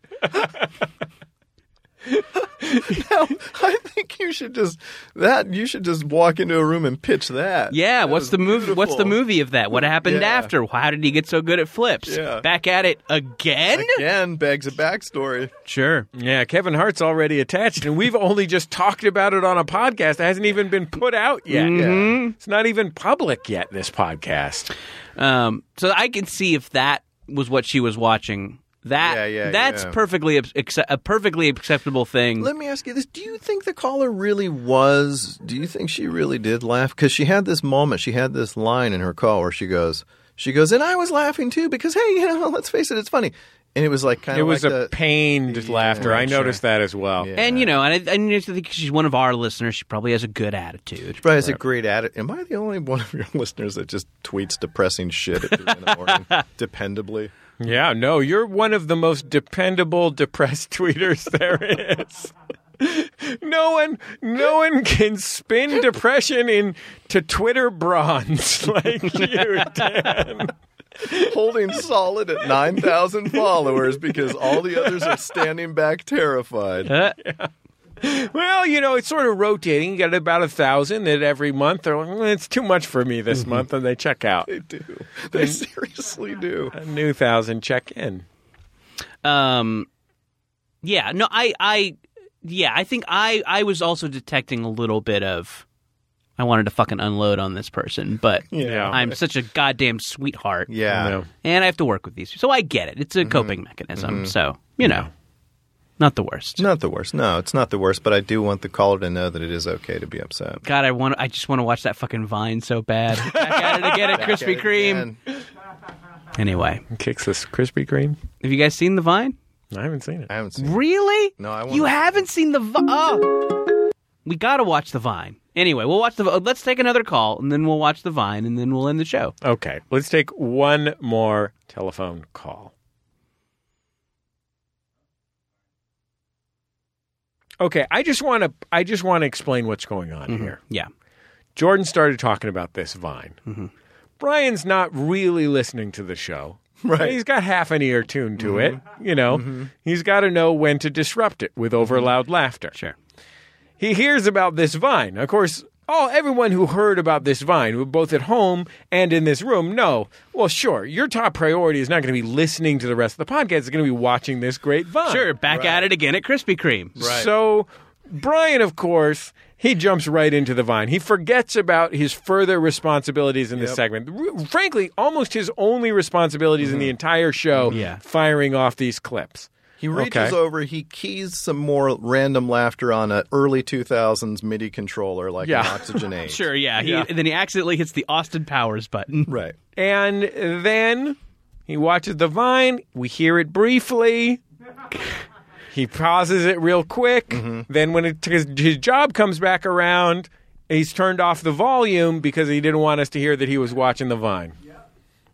No, I think you should just that you should just walk into a room and pitch that.
Yeah,
That
what's
was
the movie? What's the
beautiful.
movie of that? What happened
Yeah.
after? How did he get so good at flips?
Yeah.
Back at it again?
Again, begs a backstory.
Sure.
Yeah, Kevin Hart's already attached, and we've only just talked about it on a podcast. It hasn't even been put out yet.
Mm-hmm.
It's not even public yet, this podcast.
Um, so I can see if that was what she was watching. That
Yeah, yeah,
that's
yeah.
perfectly abs- acce- a perfectly acceptable thing.
Mm.
Let me ask you this: Do you think the caller really was? Do you think she really did laugh? Because she had this moment, she had this line in her call where she goes, she goes, and I was laughing too because hey, you know, let's face it, it's funny. And it was like kind
It
of
was
like
a
the-
pained laughter. I noticed that as well.
Yeah.
and you know, and I, and I think she's one of our listeners. She probably has a good attitude.
Probably has a great attitude. Am I the only one of your listeners that just tweets depressing shit at three in the morning, dependably?
Yeah, no, you're one of the most dependable depressed tweeters there is. No one, no one can spin depression into Twitter bronze like you can.
holding solid at 9,000 followers because all the others are standing back terrified.
Uh,
Well, you know, it's sort of rotating. You get about a thousand that every month. They're like, "Mm, it's too much for me this month, and they check out.
They do. They seriously do.
A new thousand check in.
Um, yeah, no, I, I, yeah, I think I, I was also detecting a little bit of, I wanted to fucking unload on this person, but
Yeah.
I'm such a goddamn sweetheart,
Yeah.
No.
and I have to work with these, so I get it. It's a coping mechanism, so you know, not the worst.
It's not the worst. No, it's not the worst, but I do want the caller to know that it is okay to be upset.
God, I want, I just want to watch that fucking Vine so bad. Back at it again at Krispy Kreme.
And
Anyway,
Kicks this Krispy Kreme.
have you guys seen the Vine?
I haven't seen it.
I haven't seen
Really?
No, I
You
wanna-
haven't seen the Vine. Oh, we gotta watch the Vine. Anyway, we'll watch the. oh, Let's take another call, and then we'll watch the Vine, and then we'll end the show.
Okay, let's take one more telephone call. Okay, I just want to I just want to explain what's going on
Mm-hmm.
here.
Yeah.
Jordan started talking about this vine. Brian's not really listening to the show.
Right.
He's got half an ear tuned to it, you know. He's got to know when to disrupt it with over loud laughter.
Sure.
He hears about this vine. Of course, all everyone who heard about this vine, both at home and in this room, know. Well, sure, your top priority is not going to be listening to the rest of the podcast. It's going to be watching this great vine.
Sure. Back at it again at Krispy Kreme.
So Brian, of course, he jumps right into the vine. He forgets about his further responsibilities in this segment. R- frankly, almost his only responsibilities in the entire show.
Yeah.
firing off these clips.
He reaches
Okay.
over, he keys some more random laughter on an early 2000s MIDI controller like
Yeah.
an Oxygen 8.
Sure. Yeah. He,
Yeah.
and then he accidentally hits the Austin Powers button.
Right.
And then he watches the vine. We hear it briefly. He pauses it real quick. Then when it, his, his job comes back around, he's turned off the volume because he didn't want us to hear that he was watching the Vine.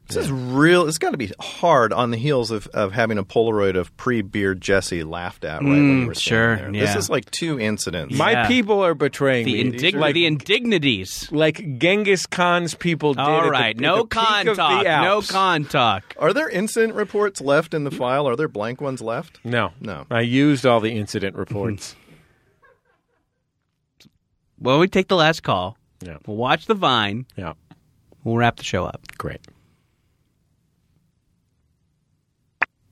This is real. It's got to be hard on the heels of, of having a Polaroid of pre beard Jesse laughed at right when you were
Mm, sure,
standing there.
yeah.
This is like two incidents.
My
Yeah.
people are betraying
The,
me.
indig-
like,
the indignities.
like Genghis Khan's people did. at
All
the-
right,
at the
no
peak
con
of the
talk. No
Alps.
con talk.
Are there incident reports left in the file? Are there blank ones left?
No,
No.
I used all the incident reports.
Well, we take the last call.
yeah,
We'll watch the Vine.
yeah,
We'll wrap the show up.
great.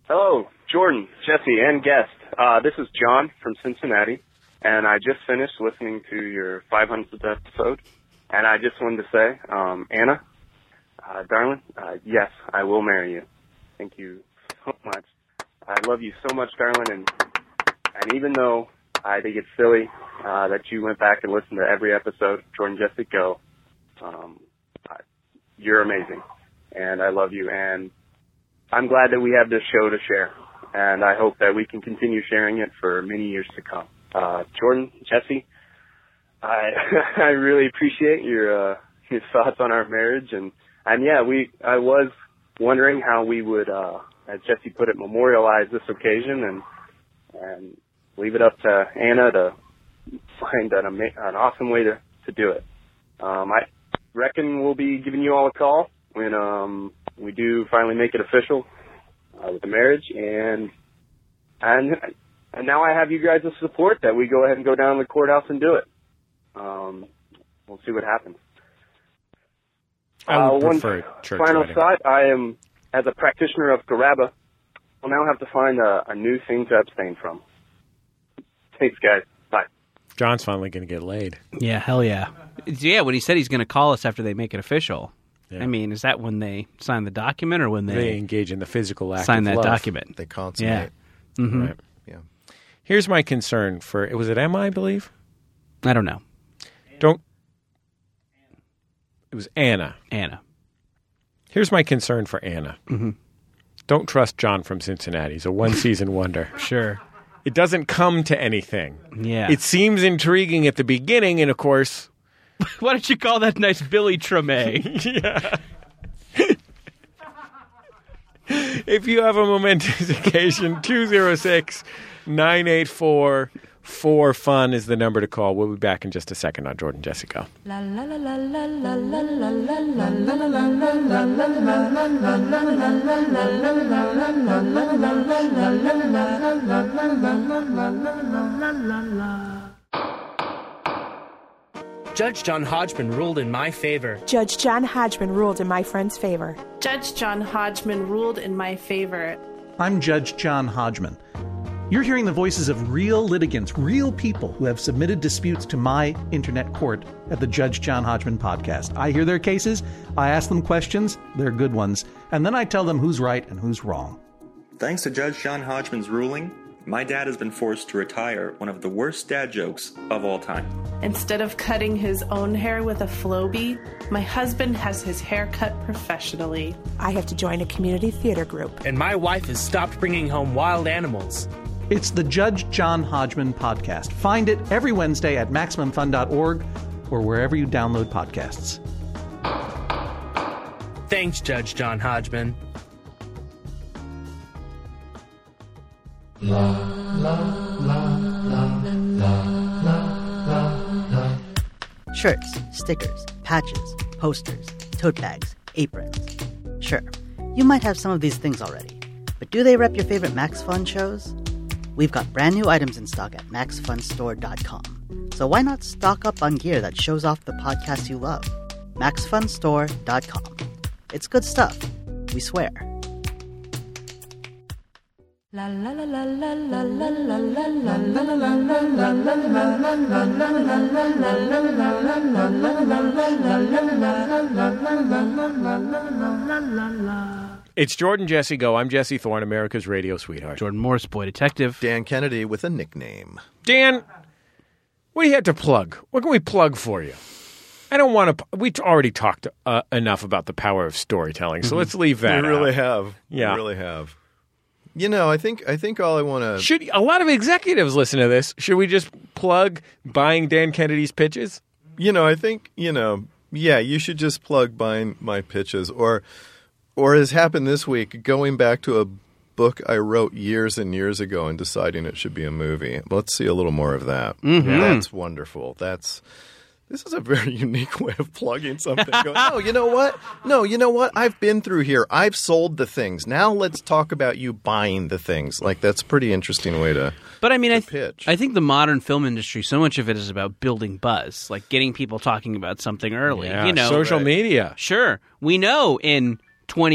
Hello, Jordan, Jesse, and guest. Uh, this is John from Cincinnati, and I just finished listening to your 500th episode, and I just wanted to say, um, Anna, uh, darling, uh, yes, I will marry you. Thank you so much. I love you so much, darling, and and even though I think it's silly uh, that you went back and listened to every episode, Jordan, Jesse, go. Um, I- you're amazing, and I love you, and I'm glad that we have this show to share, and I hope that we can continue sharing it for many years to come. Uh, Jordan, Jesse, I I really appreciate your uh, your thoughts on our marriage, and and yeah, we I was wondering how we would, uh, as Jesse put it, memorialize this occasion and and leave it up to Anna to find an ama- an awesome way to to do it. Um, I reckon we'll be giving you all a call when um, we do finally make it official uh, with the marriage, and and and now I have you guys' support that we go ahead and go down to the courthouse and do it. Um, we'll see what happens.
I would
Uh, one
prefer a church
final
wedding.
thought: I am, as a practitioner of Garaba, will now have to find a, a new thing to abstain from. Thanks, guys. Bye.
John's finally going to get laid.
Yeah, hell yeah. Yeah, when he said he's going to call us after they make it official. I mean, is that when they sign the document or when
They
they,
engage in the physical act.
sign
of
that
love.
document? Mm-hmm.
They
yeah.
consummate.
Right.
Yeah.
Here's my concern for it was it Emma, I believe.
I don't know.
Don't. It was Anna.
Anna.
Here's my concern for Anna.
Mm-hmm.
Don't trust John from Cincinnati. He's a one season wonder.
Sure.
It doesn't come to anything.
Yeah.
It seems intriguing at the beginning, and of course,
Why don't you call that nice Billy Treme?
if you have a momentous occasion, 206 984 4 FUN is the number to call. We'll be back in just a second on Jordan Jessica.
La la la la la la la la la la.
Judge John Hodgman ruled in my favor.
Judge John Hodgman ruled in my friend's favor.
Judge John Hodgman ruled in my favor.
I'm Judge John Hodgman. You're hearing the voices of real litigants, real people who have submitted disputes to my internet court at the Judge John Hodgman podcast. I hear their cases, I ask them questions, they're good ones, and then I tell them who's right and who's wrong.
Thanks to Judge John Hodgman's ruling, my dad has been forced to retire one of the worst dad jokes of all time.
Instead of cutting his own hair with a flowbee, my husband has his hair cut professionally.
I have to join a community theater group.
And my wife has stopped bringing home wild animals.
It's the Judge John Hodgman podcast. Find it every Wednesday at MaximumFun.org or wherever you download podcasts.
Thanks, Judge John Hodgman.
Shirts, stickers, patches, posters, tote bags, aprons. Sure, you might have some of these things already, but do they rep your favorite Max Fun shows? We've got brand new items in stock at maxfunstore.com. So why not stock up on gear that shows off the podcasts you love? maxfunstore.com. It's good stuff. We swear.
La la la la la la la la la la.
It's Jordan Jesse Go. I'm Jesse Thorne, America's radio sweetheart.
Jordan Morris, boy detective.
Dan Kennedy with a nickname.
Dan, what do you have to plug? What can we plug for you? I don't want to. We already talked uh, enough about the power of storytelling, so let's leave that.
we really
out.
have.
Yeah.
We really have. You know, I think I think all I want to
Uh, Should a lot of executives listen to this? Should we just plug buying Dan Kennedy's pitches?
You know, I think you know. Yeah, you should just plug buying my pitches, or or as happened this week, going back to a book I wrote years and years ago and deciding it should be a movie. Let's see a little more of that.
Mhm.
That's wonderful. That's this is a very unique way of plugging something. Going, oh, you know what? No, you know what? I've been through here. I've sold the things. Now let's talk about you buying the things. Like that's a pretty interesting way to.
But I mean, I, th- I think the modern film industry, so much of it is about building buzz, like getting people talking about something early.
Yeah,
you know,
social Right. media.
Sure, we know in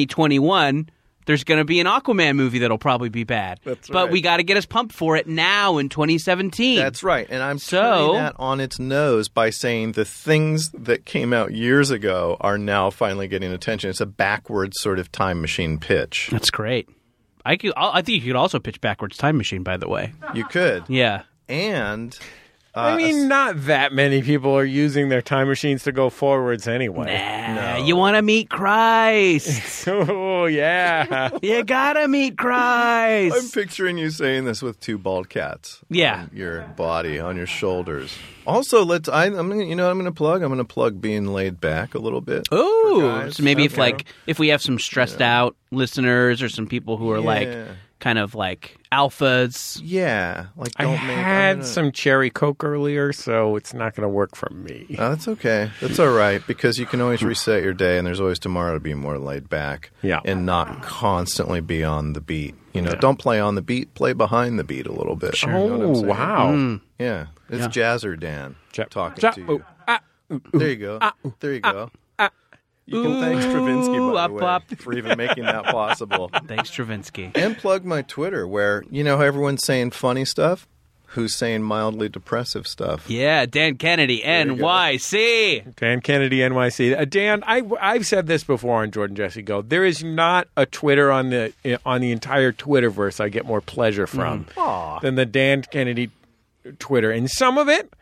2021 there's going to be an Aquaman movie that'll probably be bad. That's But
right.
we got to get us pumped for it now in 2017.
That's right, and I'm
so
turning that on its nose by saying the things that came out years ago are now finally getting attention. It's a backwards sort of time machine pitch.
That's great. I could, I I think you could also pitch backwards time machine. By the way,
you could.
Yeah,
and Uh,
I mean, not that many people are using their time machines to go forwards anyway.
Nah, you want to meet Christ?
oh yeah,
you gotta meet Christ.
I'm picturing you saying this with two bald cats.
Yeah.
on your body on your shoulders. Also, let's. I, I'm gonna. You know, what I'm gonna plug. I'm gonna plug being laid back a little bit.
Oh,
guys.
so maybe if
Okay.
like if we have some stressed out listeners or some people who are
Yeah.
like kind of like alphas.
Yeah, like
I had some cherry coke earlier, so it's not going to work for me.
Oh, that's okay. That's all right because you can always reset your day, and there's always tomorrow to be more laid back. Yeah, and not constantly be on the beat. You know, don't play on the beat. Play behind the beat a little bit.
Sure.
You know what I'm
Oh,
saying?
wow. Mm.
Yeah, it's
Yeah.
Jazzer Dan talking
Ja- oh. Ah,
to you. there you go. there you go. you can thank
Ooh,
Stravinsky by
up,
the way
up.
for even making that possible.
Thanks, Stravinsky.
And plug my Twitter where you know how everyone's saying funny stuff. Who's saying mildly depressive stuff?
Yeah, Dan Kennedy, NYC.
Dan Kennedy, NYC. Uh, Dan, I, I've said this before on Jordan Jesse Go. There is not a Twitter on the eh, on the entire Twitterverse I get more pleasure from
Mm. Aw.
than the Dan Kennedy Twitter, and some of it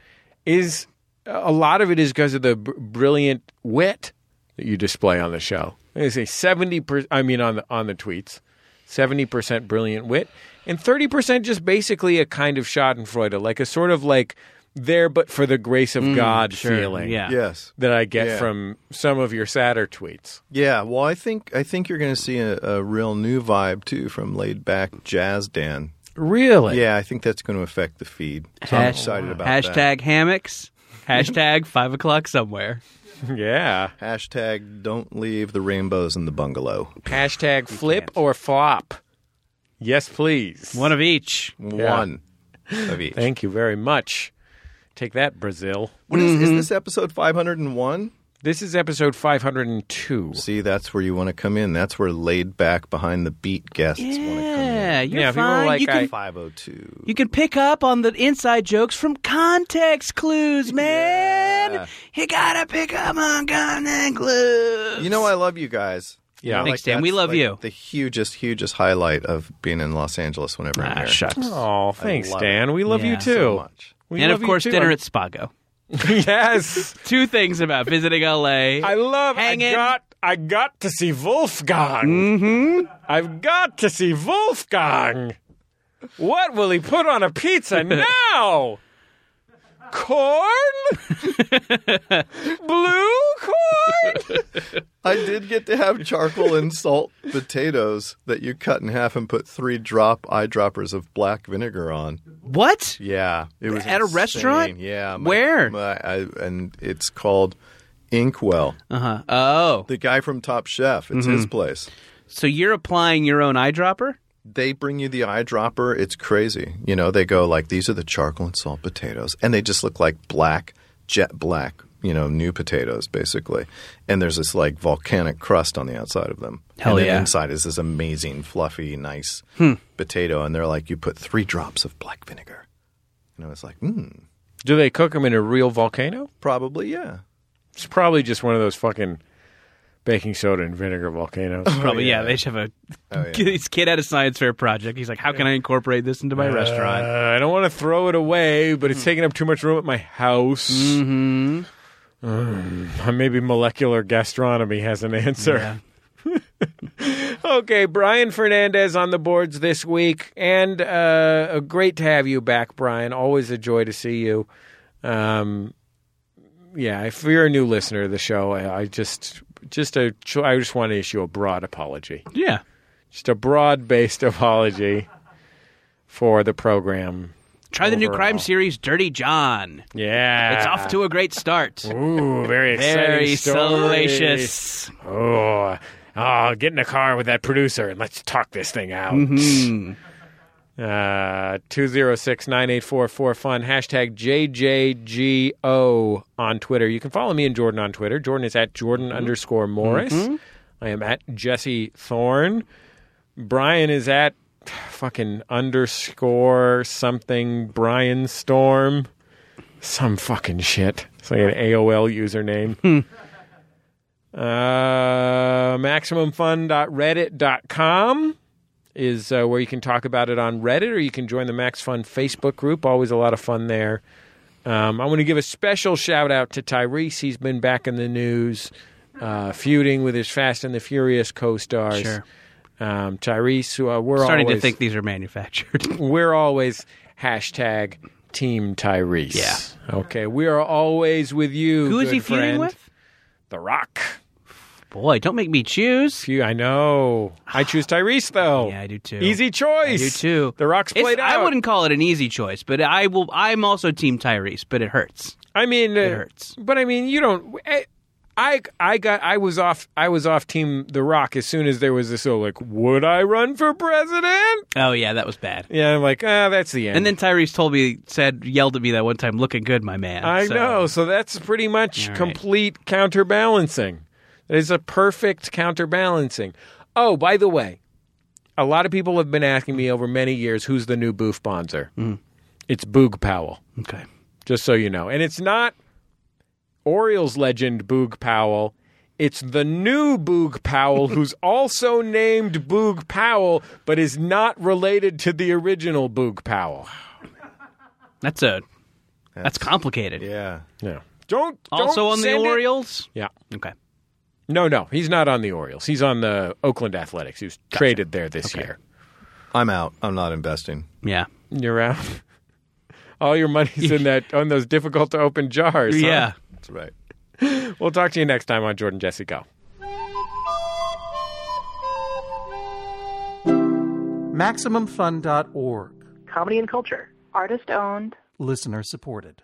is a lot of it is because of the br- brilliant wit that you display on the show. I say seventy percent. I mean, on the on the tweets, seventy percent brilliant wit, and thirty percent just basically a kind of Schadenfreude, like a sort of like there but for the grace of
Mm,
God
sure.
feeling.
Yeah. Yes.
that I get
Yeah.
from some of your sadder tweets.
Yeah, well, I think I think you're going to see a, a real new vibe too from laid back jazz Dan.
Really?
Yeah, I think that's going to affect the feed. So I'm
Hash-
excited about
hashtag
that.
hammocks. Hashtag five o'clock somewhere.
Yeah.
Hashtag don't leave the rainbows in the bungalow.
Hashtag flip or flop. Yes, please. One
of each.
One of each.
Thank you very much. Take that, Brazil.
What is,
Mm-hmm.
is this episode 501?
This is episode 502.
See, that's where you want to come in. That's where laid back behind the beat guests want to come in.
Yeah, you're fine. you, can,
502.
you can pick up on the inside jokes from context clues, man. You gotta pick up on context clues.
You know, I love you guys.
Yeah.
You know,
Thanks, Dan. We
that's,
love you.
The hugest, hugest highlight of being in Los Angeles whenever I'm
Ah,
here. Oh,
shucks.
Aw,
I
thanks,
love
Dan.
it.
We love you
Yeah.
too.
So much.
We
and
love
of
you,
course,
too.
dinner at Spago.
yes.
Two things about visiting LA.
I love. I
Hanging.
got. I got to see Wolfgang.
Mm-hmm.
I've got to see Wolfgang. What will he put on a pizza now? Corn? Blue corn?
I did get to have charcoal and salt potatoes that you cut in half and put three drop eyedroppers of black vinegar on.
What?
Yeah, it was
At a
insane.
restaurant?
Yeah,
Where?
my- I, and it's called Inkwell.
Uh huh. Oh,
the guy from Top Chef. It's
Mm-hmm.
his place.
So you're applying your own eyedropper?
They bring you the eyedropper. It's crazy. You know, they go like, "These are the charcoal and salt potatoes," and they just look like black, jet black. You know, new potatoes basically, and there's this like volcanic crust on the outside of them.
Hell
and then
yeah.
Inside is this amazing, fluffy, nice
Hmm.
potato, and they're like, "You put three drops of black vinegar," and I was like, "Hmm,
Do they cook them in a real volcano?
probably yeah."
It's probably just one of those fucking baking soda and vinegar volcanoes.
Probably, yeah. They should have a
Oh, yeah.
this kid had a science fair project. He's like, how can I incorporate this into my restaurant?
Uh, I don't want to throw it away, but it's taking up too much room at my house. Uh, Mm-hmm. maybe molecular gastronomy has an answer. Okay, Brian Fernandez on the boards this week, and uh, great to have you back, Brian. Always a joy to see you. Um, yeah, if you're a new listener to the show, I, I just just a I just want to issue a broad apology.
Yeah,
just a broad based apology for the program.
Try the new
overall.
crime series, Dirty John.
Yeah,
It's off to a great start.
Ooh, very exciting
Very
story.
salacious.
Oh, oh, get in a car with that producer and let's talk this thing out.
Mhm.
Uh, 206-9844-FUN, hashtag JJGO on Twitter. You can follow me and Jordan on Twitter. Jordan is at Jordan
Mm-hmm.
underscore Morris.
Mhm.
I am at Jesse Thorne. Brian is at fucking underscore something Brian Storm. Some fucking shit. It's like an AOL
Hmm.
username. uh, MaximumFun.reddit.com is uh, where you can talk about it on Reddit or you can join the Max Fun Facebook group. Always a lot of fun there. Um, I want to give a special shout out to Tyrese. He's been back in the news, uh, feuding with his Fast and the Furious co stars.
Sure.
Um, Tyrese, who, uh, we're
Starting
always,
to think these are manufactured.
we're always hashtag Team Tyrese. Yeah. Okay. We are always with you.
Who is
good
he feuding
friend.
with?
The Rock.
Boy, don't make me choose.
Few, I know. I choose Tyrese though.
Yeah, I do too.
Easy choice.
I do too.
The Rock's
It's-
played out.
I wouldn't call it an easy choice, but I will. I'm also Team Tyrese, but it hurts.
I mean,
It
uh,
hurts.
But I mean, you don't. I, I, I got. I was off. I was off Team The Rock as soon as there was this. Oh, like, would I run for president?
Oh yeah, that was bad.
Yeah, I'm like, ah, that's the end.
And then Tyrese told me, said, yelled at me that one time, "Looking good, my man."
I
So,
know. So that's pretty much complete counterbalancing. That is a perfect counterbalancing. Oh, by the way, a lot of people have been asking me over many years who's the new Boof Bonzer.
Hmm.
It's Boog Powell.
Okay.
Just so you know. And it's not Orioles legend Boog Powell. It's the new Boog Powell, who's also named Boog Powell, but is not related to the original Boog Powell.
That's a. That's, complicated.
Yeah.
Yeah. Don't
Also
don't
on the
send it-
Orioles.
Yeah.
Okay.
No, no, he's not on the Orioles. He's on the Oakland Athletics. He was traded there this year.
I'm out. I'm not investing.
Yeah.
You're out. All your money's in that on those difficult to open jars. huh?
Yeah.
That's right.
We'll talk to you next time on Jordan Jesse Go.
MaximumFun.org.
Comedy and culture. Artist owned.
Listener supported.